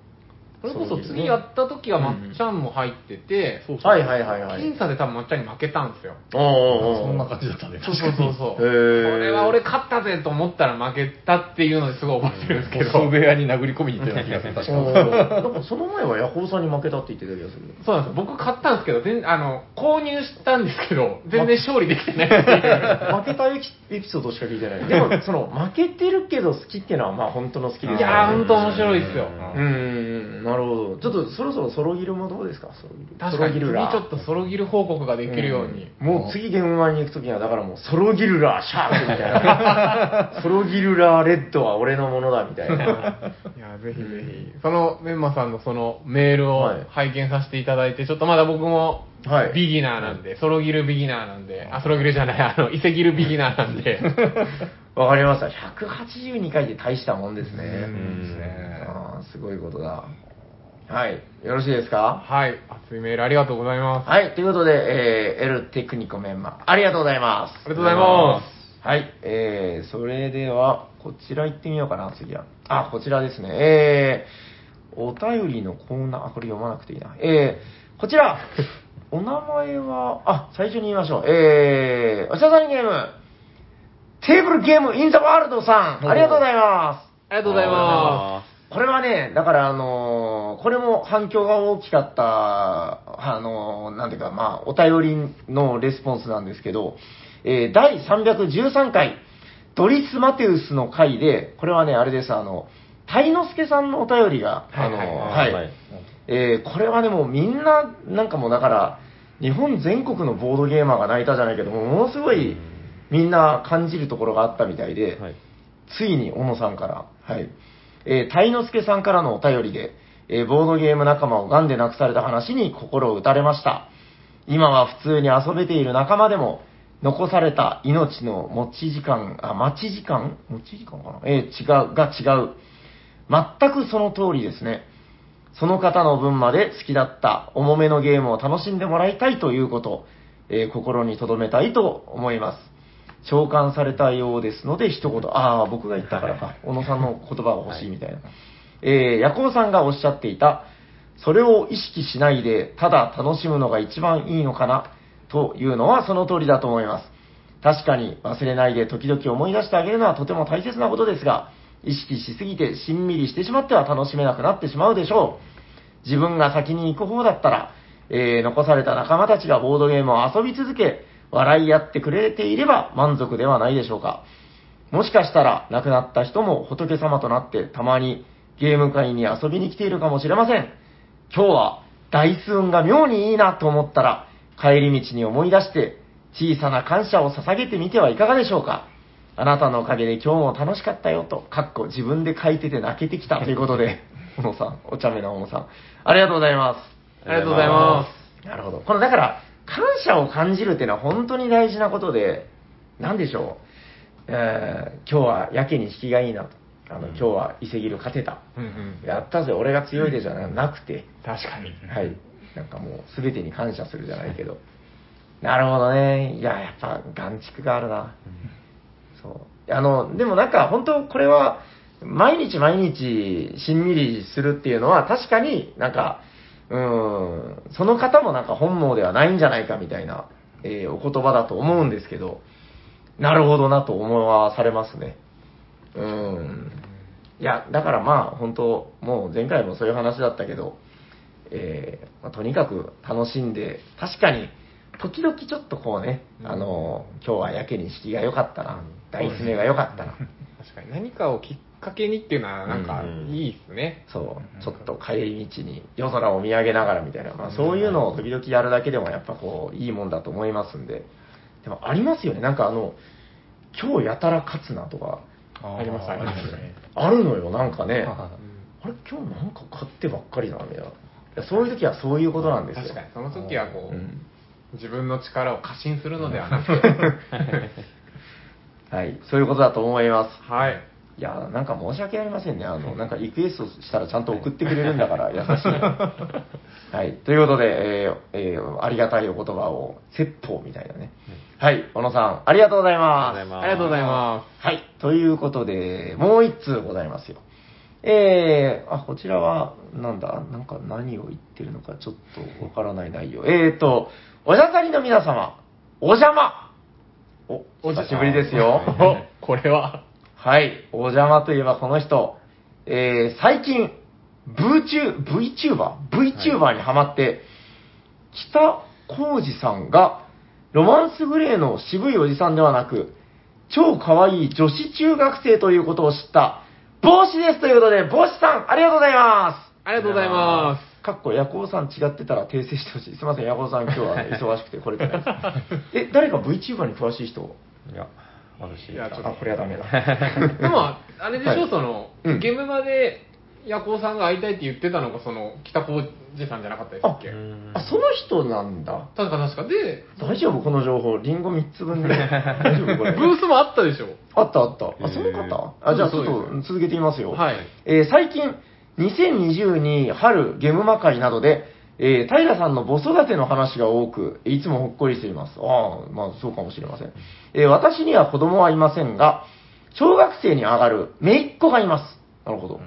S1: それこそ次やった時はまっちゃんも入ってて、
S2: はいはいはいはい。
S1: 僅差で多分まっちゃんに負けたんですよ。
S2: おうおうおう
S4: そんな感じだったね。
S1: そうそうそうそう。こ
S2: [laughs] へー
S1: れは俺勝ったぜと思ったら負けたっていうのですごい覚えてるんですけ
S4: け
S1: ど
S4: ど、。小部屋に殴り込みに行ったような気がする、
S2: おう
S4: 確か。
S2: なんかその前はヤホーさんに負けたって言ってた気がする。
S1: そうなんですよ。僕買ったんですけど、全あの、購入したんですけど、全然勝利できて
S2: [laughs]
S1: ないっていう。
S2: 負けたエピエピソードしか聞いてない。で [laughs] も、その、負けてるけど好きっていうのは、まあ、本当の好きです
S1: いやー、ほんと
S2: 当
S1: 面白いですよ。
S2: うんうんうん、なるほど。ちょっと、そろそろソロギルもどうですかソロギル。
S1: 確
S2: ソ
S1: か
S2: ロ
S1: に、
S2: ギ
S1: 次ち
S2: ルラ
S1: ょっとソロギル報告ができるよう [laughs] に。
S2: んもう次ゲームマに行くときには、だからもう、ソロギルラー、シャークみ
S1: [laughs]
S2: たいな。ソロギルラーレッドは俺のものだ、みたいな。
S1: いや、ぜひぜひ。そのメンマさんのそのメールを
S2: はい
S1: 拝見させていただいて、ちょっとまだ僕も
S2: はい
S1: ビギナーなんで、ソロギルビギナーなんで、あ、ソロギルじゃない、あの、伊勢ギルビギナーなん
S2: [laughs]
S1: で、
S2: わかりました。182回で大したもんですね。
S4: ですね
S2: あーすごいことだ。はい。よろしいですか
S1: はい、熱いメールありがとうございます。
S2: はい。ということで、えー、エルテクニコメンマー、ありがとうございます。
S1: ありがとうございます。
S2: はい、えー、それでは、こちら行ってみようかな、次は。あ、こちらですね。えー、お便りのコーナー、あこれ読まなくていいな。えー、こち
S1: [laughs]
S2: らお名前は、あ、最初に言いましょう。えー、おしゃさんゲーム、テーブルゲームインザワールドさん、ありがとうございます。
S1: ありがとうございま
S2: これはね、だからあのーこれも反響が大きかった、あのーなんていうか、まあ、お便りのレスポンスなんですけど、えー第313回、ドリス・マテウスの回で、これはね、あれです、あの、鯛之助さんのお便りが、あのー
S1: はいはい
S2: はい、えーこれはね、もうみんな、なんかもうだから、日本全国のボードゲーマーが泣いたじゃないけども、ものすごいみんな感じるところがあったみたいで、
S3: はい
S2: ついに小野さんから、はい。えー、鯛之助さんからのお便りで、えーボードゲーム仲間を癌で亡くされた話に心を打たれました。今は普通に遊べている仲間でも、残された命の持ち時間、あ、待ち時間持ち時間かなえー違う、が違う。全くその通りですね。その方の分まで好きだった重めのゲームを楽しんでもらいたいということ、えー心に留めたいと思います。召喚されたようですので、一言、ああ、僕が言ったからか、小野さんの言葉が欲しいみたいな。えー、ヤコウさんがおっしゃっていた、それを意識しないで、ただ楽しむのが一番いいのかな、というのはその通りだと思います。確かに忘れないで時々思い出してあげるのはとても大切なことですが、意識しすぎてしんみりしてしまっては楽しめなくなってしまうでしょう。自分が先に行く方だったら、えー残された仲間たちがボードゲームを遊び続け、笑い合ってくれていれば満足ではないでしょうか。もしかしたら亡くなった人も仏様となってたまにゲーム会に遊びに来ているかもしれません。今日はダイス運が妙にいいなと思ったら帰り道に思い出して小さな感謝を捧げてみてはいかがでしょうか。あなたのおかげで今日も楽しかったよと、かっこ自分で書いてて泣けてきたということで、 [laughs] 小野さん、お茶目な小野さん、ありがとうございます。
S1: す。ありがとうございま
S2: なるほど。この、だから、感謝を感じるっていうのは本当に大事なことで、なんでしょう。えー、今日はやけに引きがいいなと。あの、今日は伊勢ギル勝てた。
S1: す。うんうん。
S2: やったぜ、俺が強いでじゃなくて、
S1: 確かに。
S2: はい。なんかもう、すべてに感謝するじゃないけど。なるほどね。いや、やっぱ、眼蓄があるな。そう。あの、でもなんか、本当これは、毎日毎日、しんみりするっていうのは、確かになんか、うーん、その方もなんか本望ではないんじゃないかみたいな、えーお言葉だと思うんですけど、なるほどなと思わされますね。うん。いや、だからまあ、本当もう前回もそういう話だったけど、えーまあとにかく楽しんで、確かに、時々ちょっとこうね、あのー今日はやけに引きが良かったな、大詰めが良かったな、
S1: 確かに何かをきっかけにっていうのはなんかいいですね。
S2: そう、ちょっと帰り道に夜空を見上げながらみたいな、まあ、そういうのを時々やるだけでもやっぱこう、いいもんだと思いますんで、でもありますよね、なんかあの、今日やたら勝つなとか、
S1: ありますありますね。
S2: あるのよ、なんかね、
S1: う
S2: あ
S1: ん
S2: れ、今日なんか勝ってばっかりだな、みたいな。いやそういう時はそういうことなんですよ。
S1: 確かに、その時はこう、
S2: うん
S1: 自分の力を過信するのではなくて、
S2: はい、そういうことだと思います。
S1: [laughs] はい。
S2: いやーなんか申し訳ありませんね。あの、なんかリクエストしたらちゃんと送ってくれるんだ [laughs] から、優しいな。はい。ということで、えーえーありがたいお言葉を、説法みたいなね。はい。小野さん、ありがとうございます。
S3: ありがとうございます
S1: ありがとうございま
S2: はい。ということで、もう一通ございますよ。えー、あ、こちらは、なんだ、なんか何を言ってるのかちょっとわからない内容。えーと、おじゃかりの皆様、お邪魔お、久しぶりです [laughs] よ。
S1: おこれは、
S2: はい、お邪魔といえばこの人、えー、最近、VTuber、VTuber にハマって、北浩二さんが、ロマンスグレーの渋いおじさんではなく、超可愛い女子中学生ということを知った、帽子ですということで、帽子さん、ありがとうございます
S1: ありがとうございま
S2: かっこ、ヤコウさん違ってたら訂正してほしい。すいません、ヤコウさん今日は、
S3: [laughs]
S2: ね、忙しくて来れてないです。え、誰か VTuber に詳しい人
S3: いや、私、
S1: いやちょっと
S2: あ、これはダメだ。 [laughs]
S1: す。でも、あれでしょ、
S2: はい
S1: その、
S2: うん
S1: 現場で、ヤコウさんが会いたいって言ってたのが、その、北浩二さんじゃなかったでしたっけ
S3: うーん
S2: あ、その人なんだ。
S1: 確か確か。で、
S2: 大丈夫この情報。リンゴ3つ分
S1: [laughs]
S2: で。大丈夫
S1: ブ
S2: これ。
S1: ースもあったでしょ。
S2: あったあった。あ、
S3: ー
S2: その方あ、じゃあち
S1: そう
S2: ょっ
S1: ですそう
S2: と続けてみますよ。
S1: はい。
S2: えー最近、2022春ゲームマ会などで、えー平さんの母育ての話が多く、いつもほっこりしています。ああ、まあそうかもしれません。えー私には子供はいませんが、小学生に上がる姪っ子がいます。なるほど。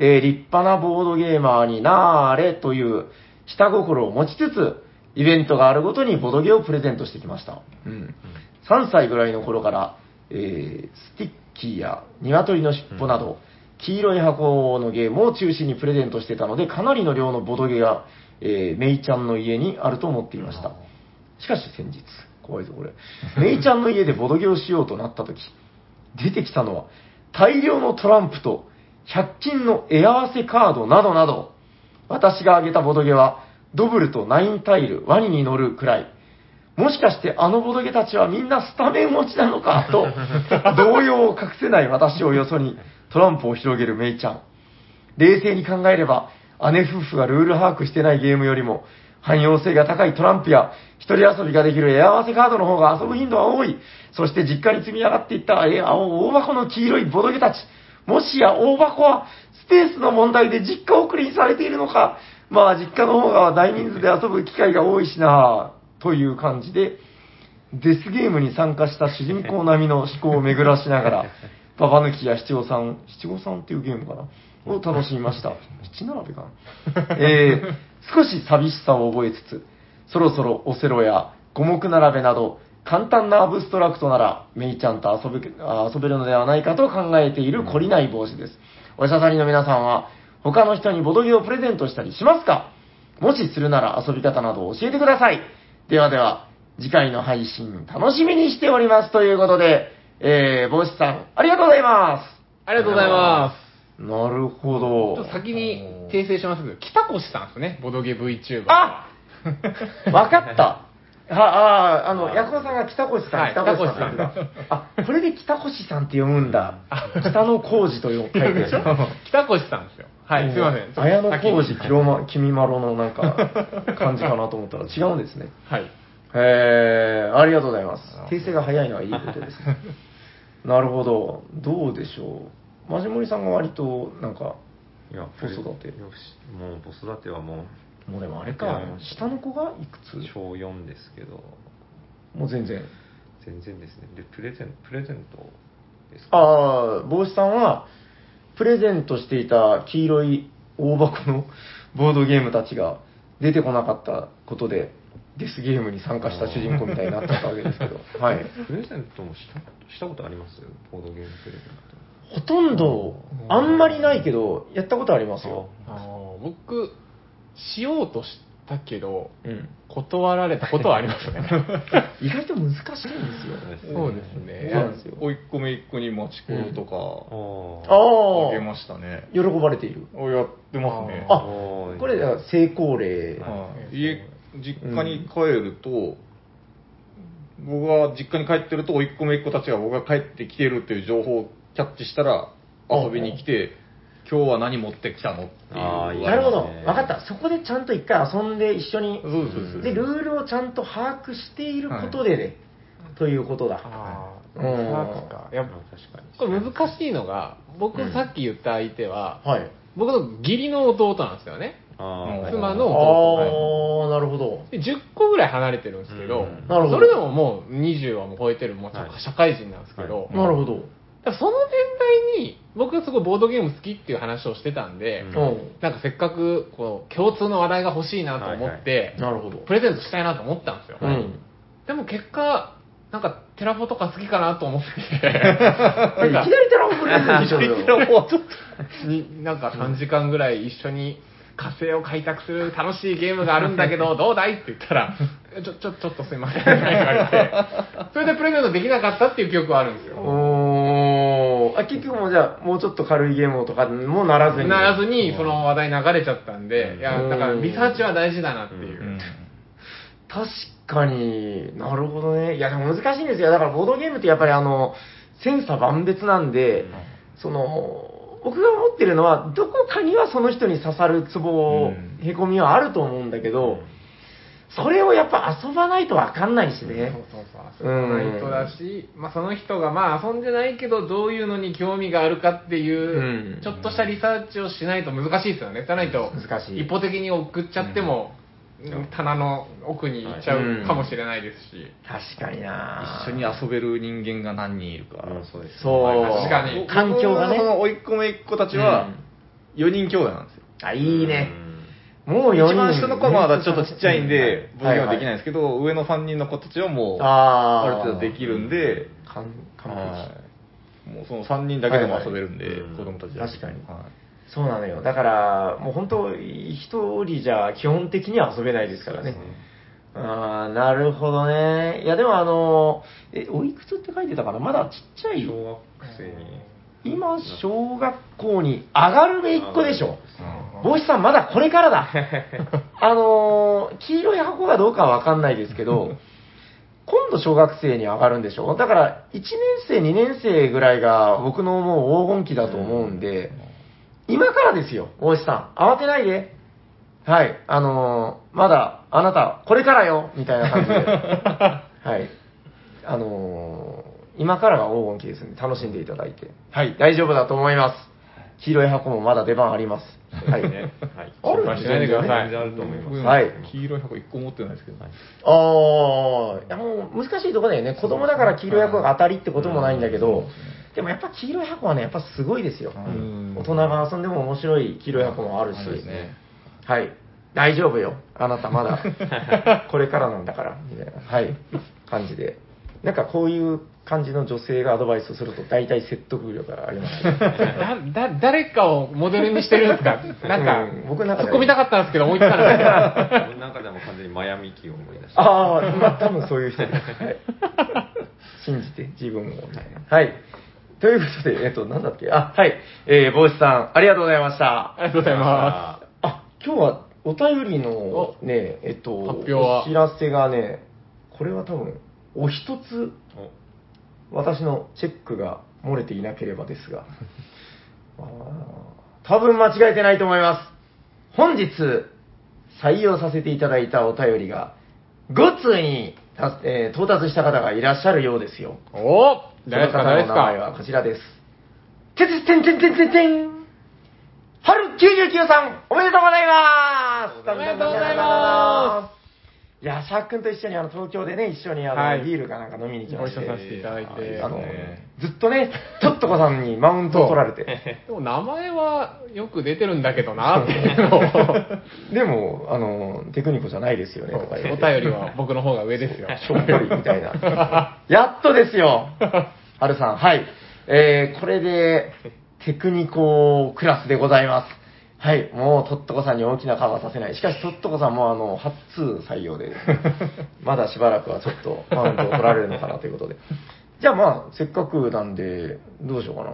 S2: えー立派なボードゲーマーになーれという下心を持ちつつ、イベントがあるごとにボドゲをプレゼントしてきました。うん。3歳ぐらいの頃から、えースティッキーや鶏の尻尾など、黄色い箱のゲームを中心にプレゼントしてたので、かなりの量のボドゲが、えーメイちゃんの家にあると思っていました。しかし先日、怖いぞこれ、メイちゃんの家でボドゲをしようとなった時、出てきたのは、大量のトランプと、100均の絵合わせカードなどなど、私が挙げたボドゲは、ドブルとナインタイル、ワニに乗るくらい、もしかしてあのボドゲたちはみんなスタメン持ちなのかと、動揺を隠せない私をよそに、トランプを広げるメイちゃん。冷静に考えれば、姉夫婦がルール把握してないゲームよりも、汎用性が高いトランプや、一人遊びができる絵合わせカードの方が遊ぶ頻度は多い。そして実家に積み上がっていったえー青大箱の黄色いボドゲたち。もしや大箱は、スペースの問題で実家送りにされているのか。まあ、実家の方が大人数で遊ぶ機会が多いしなという感じで、デスゲームに参加した主人公並みの思考を巡らしながら、ババ抜きや七五三、七五三っていうゲームかなを楽しみました。七並べかなえー、少し寂しさを覚えつつ、そろそろオセロや五目並べなど、簡単なアブストラクトなら、メイちゃんと遊べあ遊べるのではないかと考えている懲りない帽子です。おしゃさりの皆さんは、他の人にボドゲをプレゼントしたりしますかもしするなら遊び方などを教えてください。ではでは、次回の配信楽しみにしておりますということで、えー、帽子さん、ありがとうございま。
S1: ありがとうございます
S2: なるほ
S1: す。ちょ
S2: ど
S1: っと。先に訂正しますけど、北越さんですね、ボドゲ VTuber。
S2: あわかった。 [laughs] あ、あ、あの、
S3: あ
S2: ヤコウさんが北越さ
S1: はい
S2: ん、北越さん
S1: 北越さん
S2: あ、これで北越さんって読むんだ。北野浩二とよ書いてる。
S1: 北越さんですよ。 [laughs] はい、すいません。ちょっと
S2: 綾野
S1: 先に
S2: 浩二、黒ま、君まろのなんか、感じかなと思ったら違うんですね。
S1: はい。
S2: へえ、ありがとうございます。訂正が早いのはいいことですね。 [laughs] なるほど。どうでしょう。マジモリさんが割と、なんか、
S3: いや、
S2: 子育て
S3: よしもう、子育てはもう、
S2: もうでもあれか、下の子がいくつ
S3: 小4ですけど、
S2: もう全然。
S3: 全然ですね。で、プレゼンプレゼントですか
S2: ああ、帽子さんは、プレゼントしていた黄色い大箱の [laughs] ボードゲームたちが出てこなかったことで、デスゲームに参加した主人公みたいになっちゃったわけですけ [laughs] ど、はい。
S3: プレゼントもしたしたことありますボードゲームプレゼント。
S2: ほとんど、あんまりないけど、やったことありますよ。
S1: あの僕、しようとしたけど、
S2: うん。
S1: 断られたことはありますね。
S2: 意外と難しいんですよ。
S1: そうですね。
S2: そうなんですよ
S4: おいっ子めいっ子に町コロとか、
S3: ああ。
S2: あ
S4: あげ
S2: あ
S4: ましたね。
S2: 喜ばれている。
S4: おやってますね。
S2: あ
S3: おー
S2: これ、成功例。
S3: あ
S4: はい家、実家に帰ると、僕が実家に帰ってると、おいっ子めいっ子たちが僕が帰ってきてるっていう情報をキャッチしたら、遊びに来て、今日は何持ってきたのっていう。
S3: あーいい
S2: なるほど。
S3: いいです
S2: 分
S3: ね
S2: かった。そこでちゃんと一回遊んで一緒に
S4: そうですそうです。
S2: で、ルールをちゃんと把握していることでね、ということだ。
S1: ああ、
S2: うん
S1: マークか。いや
S3: まあ確かに。
S1: これ難しいのが、僕さっき言った相手は、
S2: はい。
S1: 僕の義理の弟なんですよね。
S3: ああ。
S1: 妻
S2: あ
S1: の
S2: ー、なるほど。
S1: で10個ぐらい離れてるんですけど、
S3: うん
S2: なるほど
S1: それでももう20はもう超えてる、もう
S3: はい
S1: 社会人なんですけど、
S2: なるほど。
S1: だからその全体に、僕はすごいボードゲーム好きっていう話をしてたんで、
S3: うん
S2: う
S1: なんかせっかく、こう、共通の話題が欲しいなと思って、
S2: ん。なるほど。
S1: プレゼントしたいなと思ったんですよ。
S2: うん。
S1: でも結果、なんか、テラフォとか好きかなと思ってて、
S2: いきな
S1: なん
S2: り
S1: か、
S2: テラフォプレゼントしたのよ
S4: [laughs] もちょっと。
S1: になんか3時間ぐらい一緒に火星を開拓する楽しいゲームがあるんだけ [laughs] ど、どうだいって言ったら、えちょ、ちょ、ちょっとすいませんって言われて、それでプレゼントできなかったっていう記憶はあるんですよ。
S2: おーあ、結局もうじゃあ、もうちょっと軽いゲームをとかもならずに。
S1: ならずに、その話題流れちゃったんで、いや、だからリサーチは大事だなっていう。
S2: 確かになるほどね。いや、でも難しいんですよ。だからボードゲームってやっぱりあの、千差万別なんで、その、僕が思ってるのは、どこかにはその人に刺さるツ
S4: う
S2: ボ、
S4: ん
S2: へこみはあると思うんだけど、それをやっぱ遊ばないとわかんないしね。
S1: そうそうそう、遊ばないとだし、まあ、その人がまあ遊んでないけど、どういうのに興味があるかっていう、
S2: うん
S1: ちょっとしたリサーチをしないと難しいですよね、じゃないと、
S2: 難しい
S1: 一方的に送っちゃっても、うん棚の奥に行っちゃうかもしれないですし、
S2: 確かにな
S4: 一緒に遊べる人間が何人いるか。
S3: そうです
S2: そう。
S1: 確かに
S2: 環境がね。
S4: その甥っ子姪っ子たち
S2: う
S4: は
S2: ん、
S4: 4人兄弟なんですよ。
S2: あ、いいね。もう4人。
S4: 一番下の子はまだちょっとちっちゃいんで、
S2: うん
S4: 僕にはできないんですけど、上の3人の子たちはもう、あ
S2: あー
S4: る程度できるんで、
S2: 完完
S4: は
S2: 璧。
S4: いもうその3人だけでも
S2: はいはい
S4: 遊べるんで、
S3: うん
S4: 子供たちだけ
S2: 確かに
S4: は
S2: そうなのよ。だから、もう本当、一人じゃ基本的には遊べないですからね。ああ、なるほどね。いや、でもあの、え、おいくつって書いてたから、まだちっちゃい。
S3: 小学生に
S2: 今、小学校に上がる姪っ子でし
S1: う
S2: ょ。
S1: ん
S2: 帽子さん、まだこれからだ。あのー黄色い箱がどうかはわかんないですけど、今度小学生に上がるんでしょだから、1年生、2年生ぐらいが僕のもう黄金期だと思うんで、今からですよ、帽子さん。慌てないで。はい、あのーまだ、あなた、これからよ、みたいな感じで。はい。あのー今からが黄金期ですんで、楽しんでいただいて。はい、大丈夫だと思います。黄色い箱もまだ出番あります。はい。
S3: はい
S2: ある
S1: 心配しないでくださ
S3: 全
S1: い。
S3: 然あると思います
S4: い。
S2: はい
S4: 黄色い箱1個持ってないですけど、
S2: ああ、いやもう難しいとこだよね。子供だから黄色い箱が当たりってこともないんだけど、でもやっぱ黄色い箱はね、やっぱすごいですよ。
S4: ん
S2: 大人が遊んでも面白い黄色い箱もあるし。
S4: そうですね
S2: はい。大丈夫よ。あなた
S4: [laughs]
S2: まだ。これからなんだから。みたいな。はい。感じで。なんかこういう感じの女性がアドバイスをすると大体説得力があります、ね。
S1: だ、だ、誰かをモデルにしてるんですかなん
S2: うん
S1: か、
S2: 僕の中で
S1: 突っ込みたかったんですけど、思いつか [laughs] なかった。
S3: 僕の中でも完全にマヤミキを思い出して
S2: ああ、まあ多分そういう人です。はい、信じて、自分を。はい。ということで、えっと、なんだっけあ、はい。えー、帽子さん、ありがとうございました。
S1: ありがとうございます。
S2: あ、今日はお便りの
S1: お
S2: ね、えっと、
S1: 発表は
S2: お知らせがね、これは多分、お一つ、
S3: お
S2: 私のチェックが漏れていなければですが、 [laughs] あー多分間違えてないと思います。本日、採用させていただいたお便りが、5通にた、えー到達した方がいらっしゃるようですよ。
S1: おー
S2: そ
S1: 誰です
S2: の
S1: か
S2: 方
S1: 誰で
S2: の
S1: す
S2: 名前
S1: か
S2: はこちらです。てててんてんてんてんてん春99さん、おめでとうございます
S1: おめでとうございます
S2: いや、シャーク君と一緒にあの東京でね、一緒にあの、
S1: はい
S2: ビールかなんか飲みに行き
S1: ご
S2: ま
S1: 一
S2: して、
S1: 緒させていただいて。
S2: あの、
S4: ね
S2: ずっとね、ちょっとこさんにマウントを取られて、
S1: でも名前はよく出てるんだけどなっていうのを、
S2: でも、あの、テクニコじゃないですよね、と
S1: お
S2: か
S1: 便
S2: 言って
S1: りは僕の方が上ですよ。
S2: しょっぱりみたいな。やっとですよ、はるさん。はい。えー、これで、テクニコクラスでございます。はい。もう、とっとこさんに大きな顔はさせない。しかし、とっとこさんも、あの、初通採用で、まだしばらくはちょっと、マウントを取られるのかなということで。じゃあ、まあ、せっかくなんで、どうしようかな。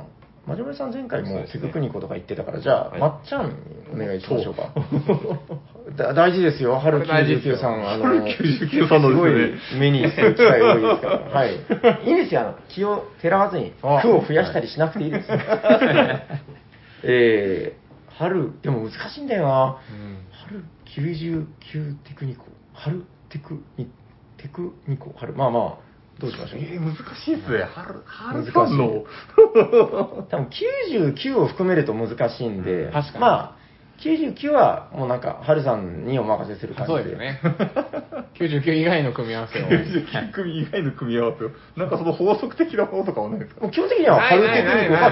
S2: まじめさん前回
S3: そう
S2: も
S3: です
S2: テ
S3: ね
S2: クニコとか言ってたから、じゃあ、
S3: はい
S2: まっちゃんにお願いしましょうか。だ大事ですよ、春99さん。あの、
S4: 99さんのですね
S2: [laughs] すごい目にする機会多いですから。はい。いいんですよ、あの、気をてらわずに、
S4: あ
S2: 句を増やしたりしなくていいです。 [laughs] えー、春、でも難しいんだよな。春99テクニコ。春テクニ、テクニコ。春、まあまあ、どうしましょう。
S4: 難しいっすね。はる、
S2: 難しい多分99を含めると難しいんで、
S1: 確かに
S2: まあ、 99は、もうなんか、ハルさんにお任せする感じ
S1: そうですね。99以外の組み合わせを。
S4: 99組以外の組み合わせを。なんかその法則的なものとかはないですか
S2: もう基本的には、
S1: な
S2: ハ
S1: い
S2: ル
S1: な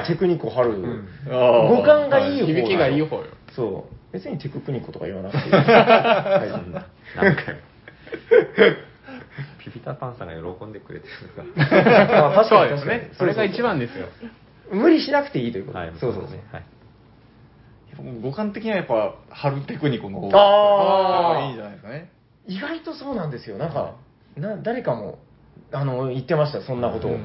S1: い
S2: テクニコ
S1: ないな
S2: が
S1: い
S2: テクニコハル。
S4: ああ
S2: 五感がいい方
S1: 響きがいい方よ。
S2: そう。別にテククニコとか言わな
S1: [laughs]
S2: くていい。大丈夫
S3: 何回も。ピピタパンさんが喜んでくれてるの
S2: まあ確かに
S1: そうです
S2: 確か
S1: ね
S2: に。
S1: それが一番ですよ。
S2: 無理しなくていいということ。
S3: が。はい、
S2: そうそうそう。
S3: はい。
S4: 五感的にはやっぱ、春テクニコの方
S2: あー
S4: いいんじゃないですかね。
S2: 意外とそうなんですよ。なんか、な誰かも、あの、言ってました、そんなことを。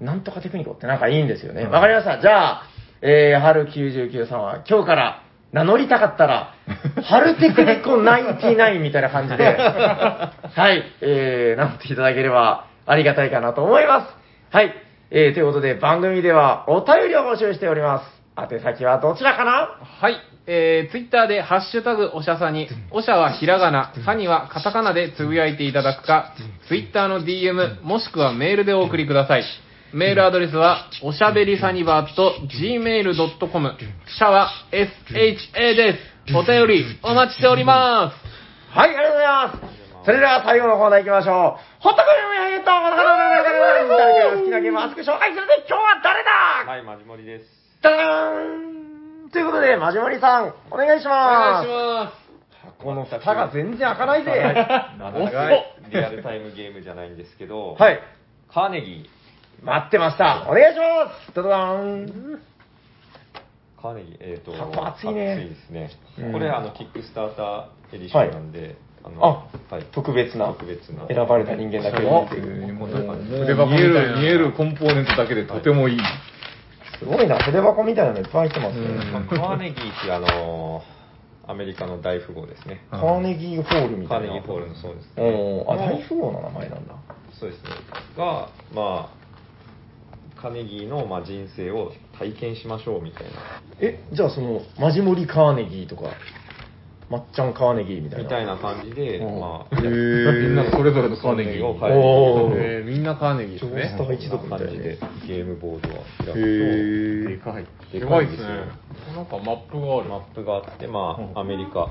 S2: なんとかテクニコってなんかいいんですよね。わかりました。じゃあ、えー、春99さんは今日から名乗りたかった [laughs] ら、春テクニコ99みたいな感じで、 [laughs] はい、えー、名乗っていただければありがたいかなと思います。はい、えー、ということで番組ではお便りを募集しております。宛先はどちらかな
S1: はい。えー、ツイッターで、ハッシュタグ、おしゃさに、おしゃはひらがな、さにはカタカナでつぶやいていただくか、ツイッターの DM、もしくはメールでお送りください。メールアドレスは、おしゃべりサニバーと gmail.com、シャワ SHA です。お便り、お待ちしております。
S2: はい、ありがとうございます。それでは最後のコーナー行きましょう。ホットクリームやゲット誰かが好きなゲームを熱く紹介するで今日は誰だ
S3: はい、マジモリです。
S2: ダダーンということで、マジモリさん、お願いし
S1: お願
S2: ま
S1: い
S2: す。
S1: します。
S2: この蓋が全然開かないぜ。
S3: 長いリアルタイムゲームじゃないんですけど、
S2: はい、
S3: カーネギ
S2: 待ってました。お願いします。ダダダーン。
S3: ー、カーネギー、えっ、と、
S2: 箱熱いね
S3: 熱いですね
S2: うん。
S3: これ、あの、キックスターターエディションなんで、あの、
S2: あ
S3: はい、
S2: 特別な、
S3: 特別な
S2: 選ばれた人間だけのっていう。
S4: もう
S1: 筆箱み
S4: 見
S1: た
S4: え
S1: い
S4: る
S1: な
S4: 見えるコンポーネントだけでとてもいい、
S2: すごいな、筆箱みたいなのいっぱい入ってます
S4: うん
S2: ね。
S3: まあカーネギーって、あの、アメリカの大富豪ですね。
S2: カーネギーホールみ
S3: カ
S2: た
S3: ー
S2: いな。
S3: ネギーホールのそうです、
S2: おーあ、大富豪の名前なんだ。
S3: そうですね。が、まあ、カーネギーの、まあ、人生を体験しましょうみたいな、
S2: え、じゃあその、マジモリカーネギーとか、まっちゃんカーネギーみたいな。
S3: みたいな感じで、まあ、
S2: へ
S4: みんなそれぞれのカーネギー
S3: を
S4: を
S3: 変えて
S2: おー
S1: えー、みんなカーネギーです
S2: ジョース
S1: ね
S2: タ。ー一族みた
S3: 感
S2: いな
S3: じ
S2: ね
S3: で。ゲームボードは開くと、
S2: へ
S4: かい
S3: で
S1: でか
S3: か
S1: い
S3: い
S1: で
S3: ですす
S1: ね
S3: ね。
S1: なんかマップがある。
S3: マップがあって、まあ、アメリカ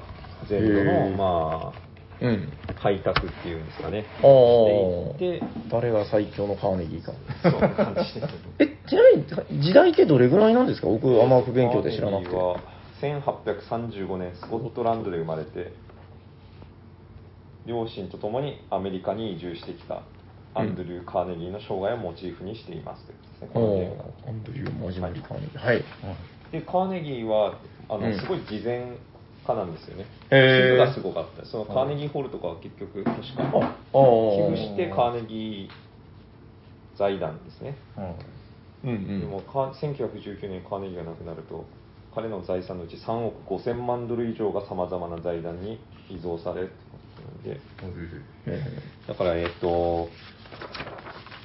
S3: 全土
S2: へー
S3: の、ま
S2: ー。うん。
S3: あ、開拓っていうんですかね。
S2: あー
S3: していって、
S2: 誰が最強のカーネギーか。
S3: そういう感じです。
S2: え、ちなみに、時代ってどれぐらいなんですか僕、あんま不勉強で知らなくて。
S3: は1835年、スコットランドで生まれて、両親と共にアメリカに移住してきたアンドリュー・カーネギーの生涯をモチーフにしていますということですねこのゲームが
S2: おーアンドリュー・マジモリカーネギー。はい。
S3: でカーネギーはあ
S2: うん
S3: のすごい偽善家なんですよね、
S2: へー
S3: 寄付がすごかったそのカーネギーホールとかは結局確
S2: あ
S3: か寄付
S2: ー
S3: してカーネギー財団ですね、
S2: うんう
S3: で
S2: ん。
S3: もカー1919年カーネギーが亡くなると彼の財産のうち3億5000万ドル以上がさまざまな財団に寄贈されでだからえっ、と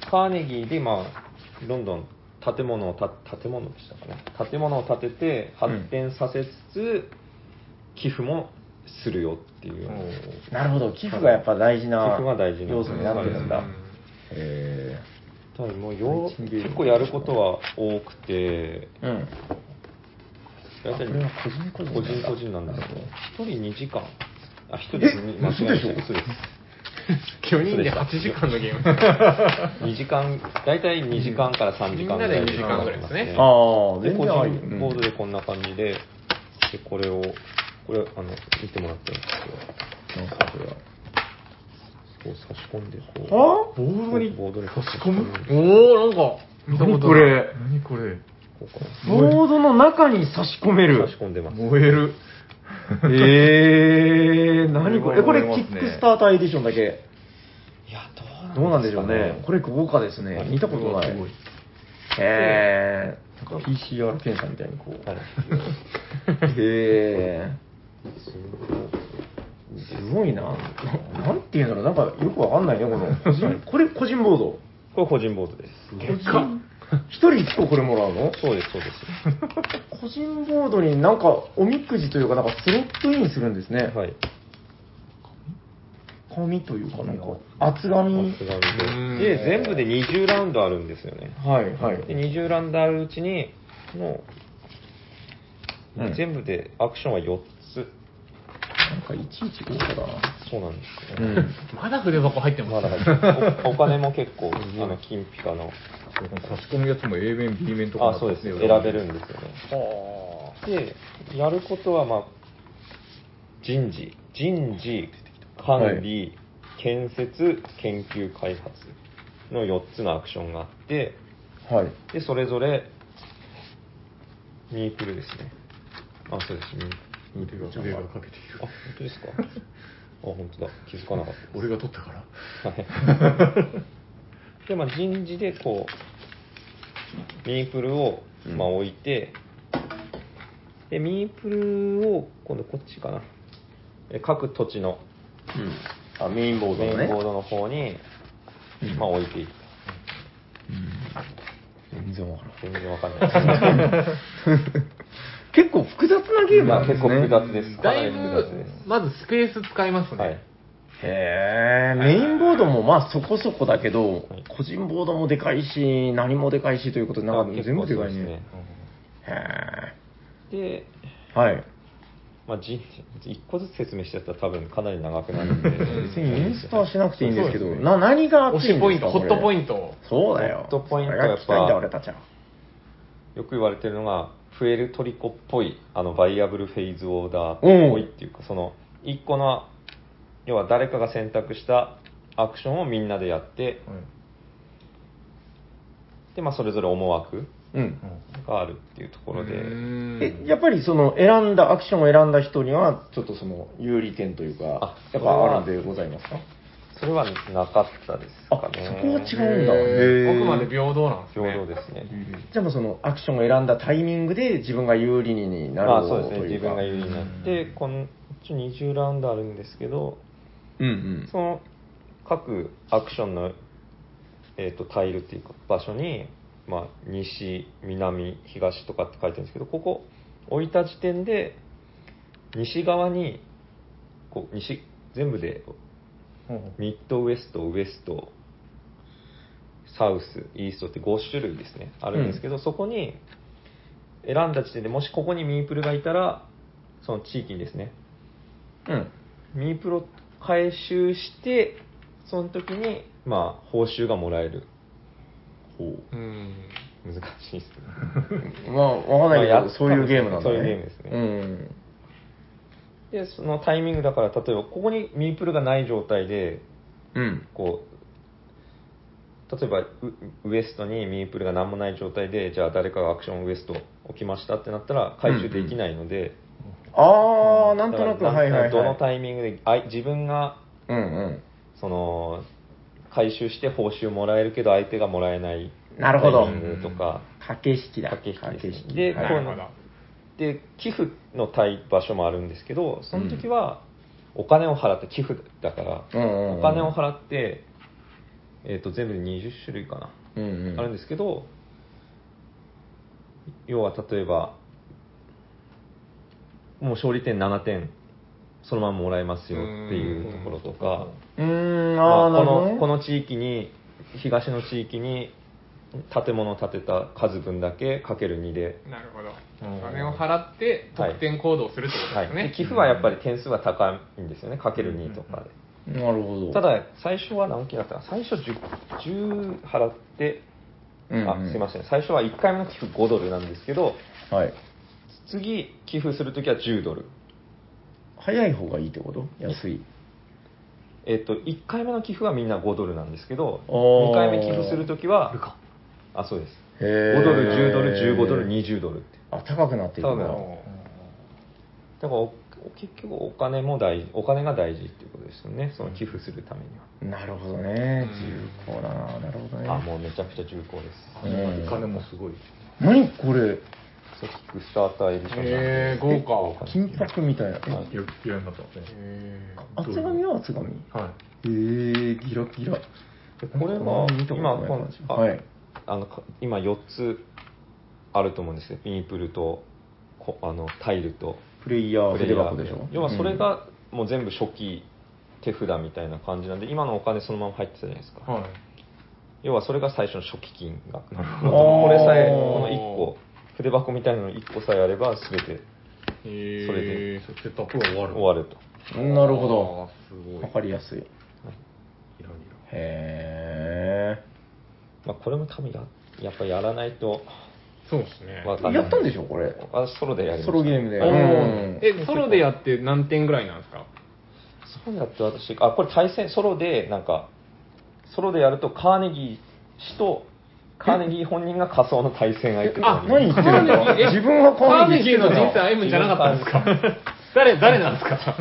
S3: カーネギーでまあどんどん建物をた建物でしたかね建物を建てて発展させつつ、寄付もするよっていうような、
S2: なるほど、寄付がやっぱ大事な
S3: 寄付が大事な
S2: 要素になってるんだ。へ
S3: 多分もうよう
S2: 最近ゲーム
S3: 結構やることは多くて
S2: ーうん。
S3: 大体
S2: これは個人個人
S3: 個人個人なんですけど、一人2時間。あ、一人です。間違えました。嘘です。
S1: 4人で8時間のゲーム。
S3: 2時間、大体2時間から3時間ぐら
S1: みんな
S3: い
S1: で二時間ぐらいですね
S3: かかりま
S2: ああ、
S3: で、
S2: 全
S3: 個
S2: 然あり。う
S3: 人
S2: ん
S3: ボードでこんな感じで、で、これを、これ、あの、見てもらってるんです
S2: なんかこれは
S3: けど、こう差し込んで、
S2: あ
S3: こ
S2: ボ
S3: う、
S2: ードに
S3: ボードに差し込む
S1: おー、なんか、見たことない。
S4: 何これ
S3: こうかな
S2: ボードの中に差し込める
S3: 差し込んでます。
S4: 燃える
S2: えー、何これえこ
S4: こ
S2: れ
S4: れ
S2: キ
S4: は思います
S2: ッ
S4: ね
S2: クスターターエディションだけ
S3: いや、どうなん
S2: どうなんでしょうねこれ豪華ですね見たことないへえ PCR 検査みたいにこう
S3: はい
S2: へえすごいなななんていうんだろうなんかよくわかんないねこの個 [laughs] 人これ個人ボード
S3: これ個人ボードです。
S2: 一人一個これもらうの
S3: そうです、そうです。
S2: 個人ボードになんかおみくじというかなんかスロットインするんですね、
S3: はい。
S2: 紙というかなんか厚紙
S3: 厚紙で。で、全部で20ラウンドあるんですよね。
S2: はいはい
S3: で20ラウンドあるうちにもう、
S2: うん
S3: 全部でアクションは4す。
S2: なんかいちいち豪華だな。
S3: そうなんですよ
S2: う
S3: ね。
S2: ん。
S1: まだ筆箱入ってま
S3: ま
S1: す
S3: だ
S1: ね。
S3: [laughs] おお金も結構、あの、金ピカの、
S4: 差し込むやつも A 面 B 面とか
S3: あ、そうですね。選べるんですよね。
S1: は
S3: で、やることは、まあ、人事、人事、管理、建設、研究開発の4つのアクションがあって、
S2: はい。
S3: で、それぞれ、ミープルですね。あ、そうです、ミー
S4: 腕が腕がかけてい
S3: あ、
S4: る
S3: 本当ですか [laughs] あ、本当だ。気づかなかった。
S4: 俺が取ったから
S3: はい、で、まあ、人事でこうミープルを、まあ、
S2: うん
S3: 置いて、でミープルを今度こっちかなえ各土地の
S2: うん。あ、メインボード
S3: メイ
S2: の
S3: ン
S2: ね。
S3: ボードの方に、まあ、置いていった
S2: 全然わからん。
S3: 全然わかん
S2: [laughs]
S3: ないです
S2: 結構複雑なゲーム
S3: ま
S2: な
S3: あ
S2: んです
S3: 結
S2: ね。
S3: 構複雑で
S1: あ
S3: す
S1: [laughs]
S3: か
S1: だ
S3: ないり複雑です
S1: ぶ、まずスペース使いますね。
S3: はい
S2: へえ、メインボードもまあそこそこだけど
S3: はい、
S2: 個人ボードもでかいし、何もでかいしということで、なんか
S3: 結
S2: 全
S3: 構
S2: 部で
S3: そう
S2: か
S3: で
S2: い
S3: す
S2: ね
S3: ね。
S2: へ
S3: で、
S2: え。はい。
S3: まあ、人事一個ずつ説明しちゃったら多分かなり長くなるんで
S1: ん
S2: 別にインストはしなくていいんですけど、
S1: そうですね
S2: な何が熱
S1: 推
S2: い
S1: し
S2: ん
S1: ポイ
S2: で
S1: ン
S2: す
S1: ト、ホ
S2: か
S1: ットポイン
S2: ト。
S1: ト。
S2: そうだよ。
S3: ホットポイントは
S2: そ
S3: や
S2: れが
S3: っ
S2: 聞
S3: ぱ
S2: きたいんだ、俺たちは。
S3: よく言われてるのが、プエルトリコっぽい、あの、バイアブルフェイズオーダーっぽいっていうか、その、一個の、要は誰かが選択したアクションをみんなでやって、で、まあ、それぞれ思惑
S2: うん。
S3: があるっていうところで、
S2: え、やっぱりその選んだ、アクションを選んだ人には、ちょっとその、有利点というか
S3: あ、
S2: やっぱあるんでございますか
S3: それはなかったです
S2: あ、そ
S3: かね。
S2: こ
S1: ぱ
S2: は違うんだ。へ
S1: 奥
S2: ー
S1: まで平等なんですね。
S3: 平等ですね。
S2: じゃあもうそのアクションを選んだタイミングで自分が有利になる
S3: まあ、そう
S2: と
S3: ですね。
S2: い
S3: 自
S2: うか
S3: 分が有利になって、この、一応20ラウンドあるんですけど、
S2: うんうん
S3: その各アクションの、えー、とタイルっていうか場所に、まあ、西、南、東とかって書いてあるんですけど、ここ置いた時点で、西側に、こう西、全部で、ミッドウエスト、ウエスト、サウス、イーストって5種類ですね、あるんですけど、そこに選んだ時点でもしここにミープルがいたら、その地域にですね、
S2: うん
S3: ミープロ回収して、その時に、まあ、報酬がもらえる。
S1: うん。
S3: 難しいですね。
S2: まあわかんないけ
S3: まあや
S2: どそういうゲームなんだね
S3: そういうゲームですね
S2: うん
S3: で、そのタイミングだから、例えば、ここにミープルがない状態で、
S2: うん
S3: こう、例えば、ウウエストにミープルが何もない状態で、じゃあ誰かがアクションウエスト置きましたってなったら、回収できないので、
S2: ああなんとなく
S3: だから
S2: はいはいはい
S3: どのタイミングで、あい自分が、
S2: うんうん
S3: その、回収して報酬もらえるけど、相手がもらえない
S2: なるほど
S3: タイミングとか、
S2: 駆け引きだ
S3: 駆け引きですね
S2: で
S3: で
S2: は
S1: ないる
S3: こ
S1: ほど。
S3: [laughs] で寄付の対場所もあるんですけどその時はお金を払って寄付だから、
S2: うんうんうん
S3: お金を払って、えー、と全部で20種類かな、
S2: うんうん
S3: あるんですけど要は例えばもう勝利点7点そのままもらえますよっていうところとか、
S2: うーん
S3: ま
S2: あ
S3: あ
S2: あなるほど
S3: この
S2: ね
S3: この地域に東の地域に建物を建てた数分だけかける2で
S1: なるほど。
S4: うん
S1: お金を払って、
S3: はい
S1: 得点行動するってこと
S3: は
S1: です
S3: い、で
S1: ね。
S3: 寄付はやっぱり点数が高いんですよね、かける2とかで。
S2: なるほど
S3: ただ、最初は何期だったかな最初 10, 10払って、
S2: うんうん
S3: あすいません、最初は1回目の寄付5ドルなんですけど、
S2: はい
S3: 次、寄付するときは10ドル。
S2: 早い方がいいってこと安い
S3: えっと、1回目の寄付はみんな5ドルなんですけど、
S2: おー
S3: 2回目寄付するときは、あ、そうです。
S2: へー
S3: 5ドル、10ドル、15ドル、20ドルって。
S2: あ高くなっていくんだ
S3: 高くなるだからお、結局お金も大事、お金が大事っていうことですよね、その寄付するためには。
S2: なるほどね重厚だななるほどね
S3: あ、もうめちゃくちゃ重厚です。
S2: うん
S4: 金もすごい
S2: 何これ
S3: そうキックスターターエディションなんで
S1: へー豪華
S2: 金箔みたいなえ
S4: いや嫌いになったね
S1: へ
S2: 厚紙は厚紙へ
S4: は
S2: えー、ギラギラ
S3: でこれ
S2: あ
S3: は
S2: 見たこと
S3: 今
S2: ない
S3: この
S2: 感じ
S3: あ
S2: はい
S3: あのか今4つあると思うんですよミープルとこあのタイルと
S2: プレイヤー
S3: プレ
S2: 筆
S3: イヤー
S2: 箱でしょ
S3: 要はそれ、がもう全部初期手札みたいな感じなんで今のお金そのまま入ってたじゃないですか、
S1: い。はい。
S3: 要はそれが最初の初期金額な
S2: あー
S3: のでこれさえこの1個筆箱みたいなの1個さえあれば全て
S1: え
S4: へ
S3: それで
S4: そしてタトゥーは終わる。
S3: 終わると
S2: うんなるほ
S4: あーすご
S2: ど。
S4: い。
S2: わかりやすい。
S4: いろいろ
S2: へ
S3: まあ、これも多分ややっぱやらないと
S1: そうですね
S3: わか
S2: え。
S3: んない
S2: やったんでしょ、これ。
S3: あソロでやりまし
S2: ソ
S3: た
S2: ロゲームで。
S1: おー
S2: うん
S1: えソロでやって何点ぐらいなんですか
S3: ソロやって私あこれ対戦ソロでなんかソロでやるとカーネギー氏とカーネギー本人が仮想の対戦相手
S1: あ
S2: 何言ってるんだ
S1: え
S2: 自分は
S1: カ
S2: カ
S1: ー
S2: ー
S1: ネ
S2: ネ
S1: ギ
S2: ギ
S1: ー
S2: ー
S1: の
S2: の
S1: 人
S2: 人
S1: 生
S2: 生
S1: 歩むんじゃなかったんですか誰誰なんですか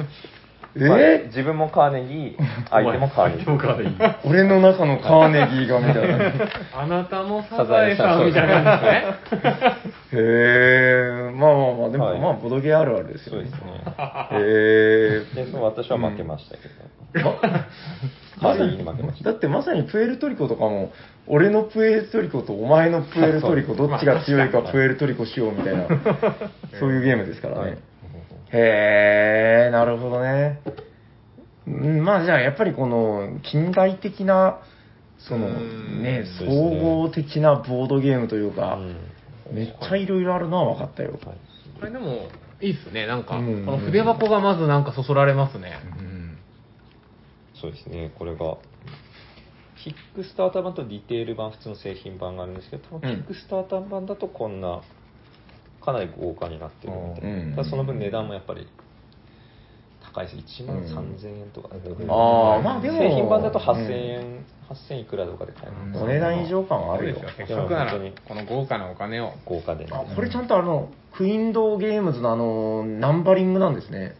S3: え
S2: え
S3: 自分もカーネギー相手もカーネギー
S4: 評価でいい。あ
S2: 俺の中のカーネギーがみたいな。
S1: あなたもサザエさんみたいな感じですね
S2: へえ、まあまあまあ、でも、
S3: はい
S2: まあ、ボドゲあるあるです
S3: そう
S2: よ
S3: です
S2: ね。
S3: ね
S2: へえ。
S3: でそう私は負けましたけど、カ
S2: ま
S3: ー
S2: さ
S3: ネギーに負けまし
S2: に、だってまさにプエルトリコとかも、俺のプエルトリコとお前のプエルトリコ、どっちが強いかプエルトリコしようみたいな、そういうゲームですからね。へえ、なるほどね。うんまあじゃあ、やっぱりこの、近代的な、その
S1: うーん
S2: ね、
S3: そう
S2: 総
S3: ですね
S2: 合的なボードゲームという
S3: た、
S2: か
S3: う、ん
S2: めっちゃいろいろあるのは分かったよ。
S3: はい
S1: これでもいいっすねなんか、
S2: うん
S1: この筆箱がまずなんかそそられますね、
S3: そうですね、これが。キックスターター版とディテール版、普通の製品版があるんですけど、多分
S2: うん
S3: キックスターター版だとこんな、かなり豪華になってるみたいな。
S2: うん
S3: ただその分値段もやっぱり高いです。1万3000円とか、
S2: ああまあでも
S3: 製品版だと8000円、8000いくらとかで買えます。
S2: お値段以上感はあ
S1: そう
S2: る
S1: で
S2: よ
S1: す。よせっかくなら
S3: いや本当に
S1: この豪華なお金を
S3: 豪華で、ね。
S2: あこれちゃんとあの、クイーンドーゲームズのあの、ナンバリングなんですね。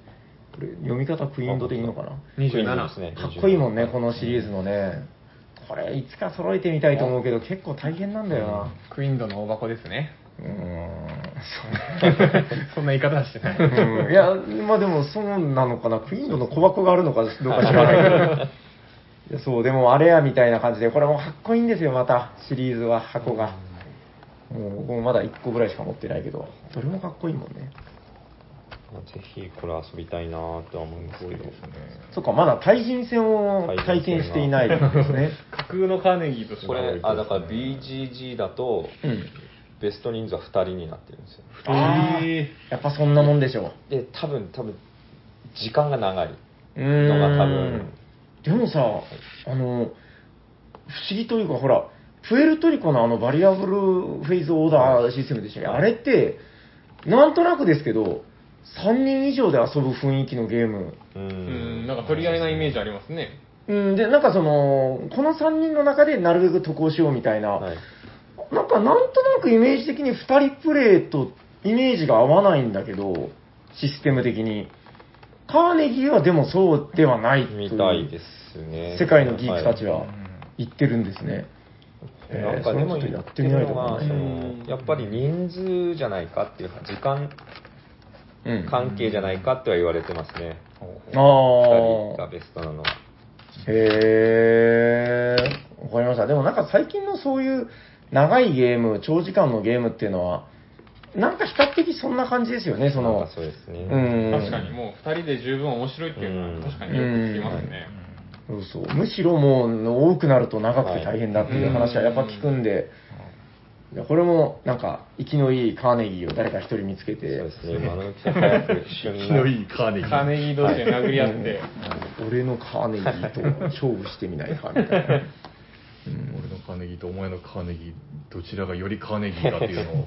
S2: これ読み方クイーンドーでいいのかな
S1: 27
S3: ですね。
S2: かっこいいもんね、
S3: 27
S2: このシリーズのね。これ、いつか揃えてみたいと思うけど、結構大変なんだよな。
S1: クインドの大箱ですね
S2: うーん。
S1: [laughs] そんな言い方はしてない
S2: うんいや、まあでもそうなのかな、クイーンドの小箱があるのかどうか知らない [laughs] けど、いやそう、でもあれやみたいな感じで、これもかっこいいんですよ、また、シリーズは、箱が。もう僕もまだ1個ぐらいしか持ってないけど、どれもかっこいいもんね。
S3: まあぜひこれ遊びたいなとは思うんですけど。
S2: そっか、まだ対人戦を体験していないですね。
S1: 架空のカーネギーとして
S3: これ、あ、だから BGG だと、
S2: うん。
S3: ベスト人数は2人になってるんですよ。
S2: あーやっぱそんなもんでしょ。
S3: で多分多分時間が長いう
S2: う
S3: のが多
S2: ーん
S3: 分。
S2: でもさ、あの、不思議というか、ほら、プエルトリコのあのバリアブルフェイズオーダーシステムでしたっけあれって、なんとなくですけど、3人以上で遊ぶ雰囲気のゲーム。
S3: う
S1: うんなんか取り合いなイメージありますね
S2: うん、で、なんかその、この3人の中でなるべく得をしようみたいな、
S3: はい
S2: なんかなんとなくイメージ的に2人プレイとイメージが合わないんだけど、システム的に。カーネギーはでもそうではないという
S3: みたいですね
S2: 世界のギークたち
S3: い
S2: は言ってるんですね。えー
S3: なんかでも
S2: それはちょっとや
S3: 言っ
S2: ってて
S3: る
S2: みない
S3: の
S2: と
S3: が
S2: わか
S3: そ
S2: んない
S3: のやっぱり人数じゃないかっていうか時間
S2: うん。あ
S3: 関係じゃないかっては言われてますね2人が
S2: あ。
S3: ベストなのは
S2: へえ。わかりました。でもなんか最近のそういう長いゲーム、長時間のゲームっていうのは、なんか比較的そんな感じですよね、そ
S3: なん
S2: の
S3: か。そうですね、
S2: うん。
S1: 確かにもう2人で十分面白いっていうのは確かによく聞きますね
S2: そうそう。むしろもう多くなると長くて大変だっていう話はやっぱ聞くんで、いやこれもなんか、生きのいいカーネギーを誰か一人見つけ
S3: そう
S2: て
S3: で、すね今のうちに早く一緒に
S4: [laughs] 気のいいカーネギー。
S1: カーネギー同士で殴り合って
S2: 俺のカーネギーと勝負してみないかみたい
S3: [laughs]
S2: な。
S4: 俺のカーネギーとお前のカーネギー、どちらがよりカーネギーだっていうのをね。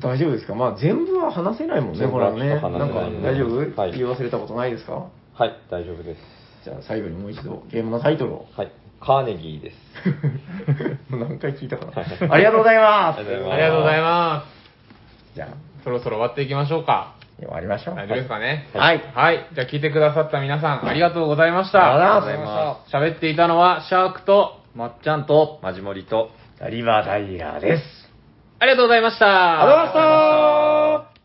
S2: 大丈夫ですかまあ全部は話せないもんね、
S3: 全部
S2: これ
S3: は
S2: はね。
S3: ちょっと
S2: なんか
S3: 話せない
S2: 大丈夫、
S3: はい
S2: 言い忘れたことないですか
S3: はい大丈夫です
S2: じゃあ最後にもう一度ゲームのタイトル
S3: [laughs]
S2: を。
S3: はいカーネギーです
S2: もう何回聞いたかな。ありがとうございま
S3: ありがとうござい
S2: す。
S3: ます
S1: ありがとうございま
S2: じゃあ、
S1: すそろそろ終わっていきましょうか
S2: 終わりましょう。
S1: 大丈夫ですかね
S2: はい
S1: はいじゃあ聞いてくださった皆さんありがとうございました
S2: ありがとうございま
S1: 喋っていたのはシャークとまっちゃんと
S3: マジモリと
S2: リバーダイヤーです。
S1: ありがとうございました
S2: ありがとうございました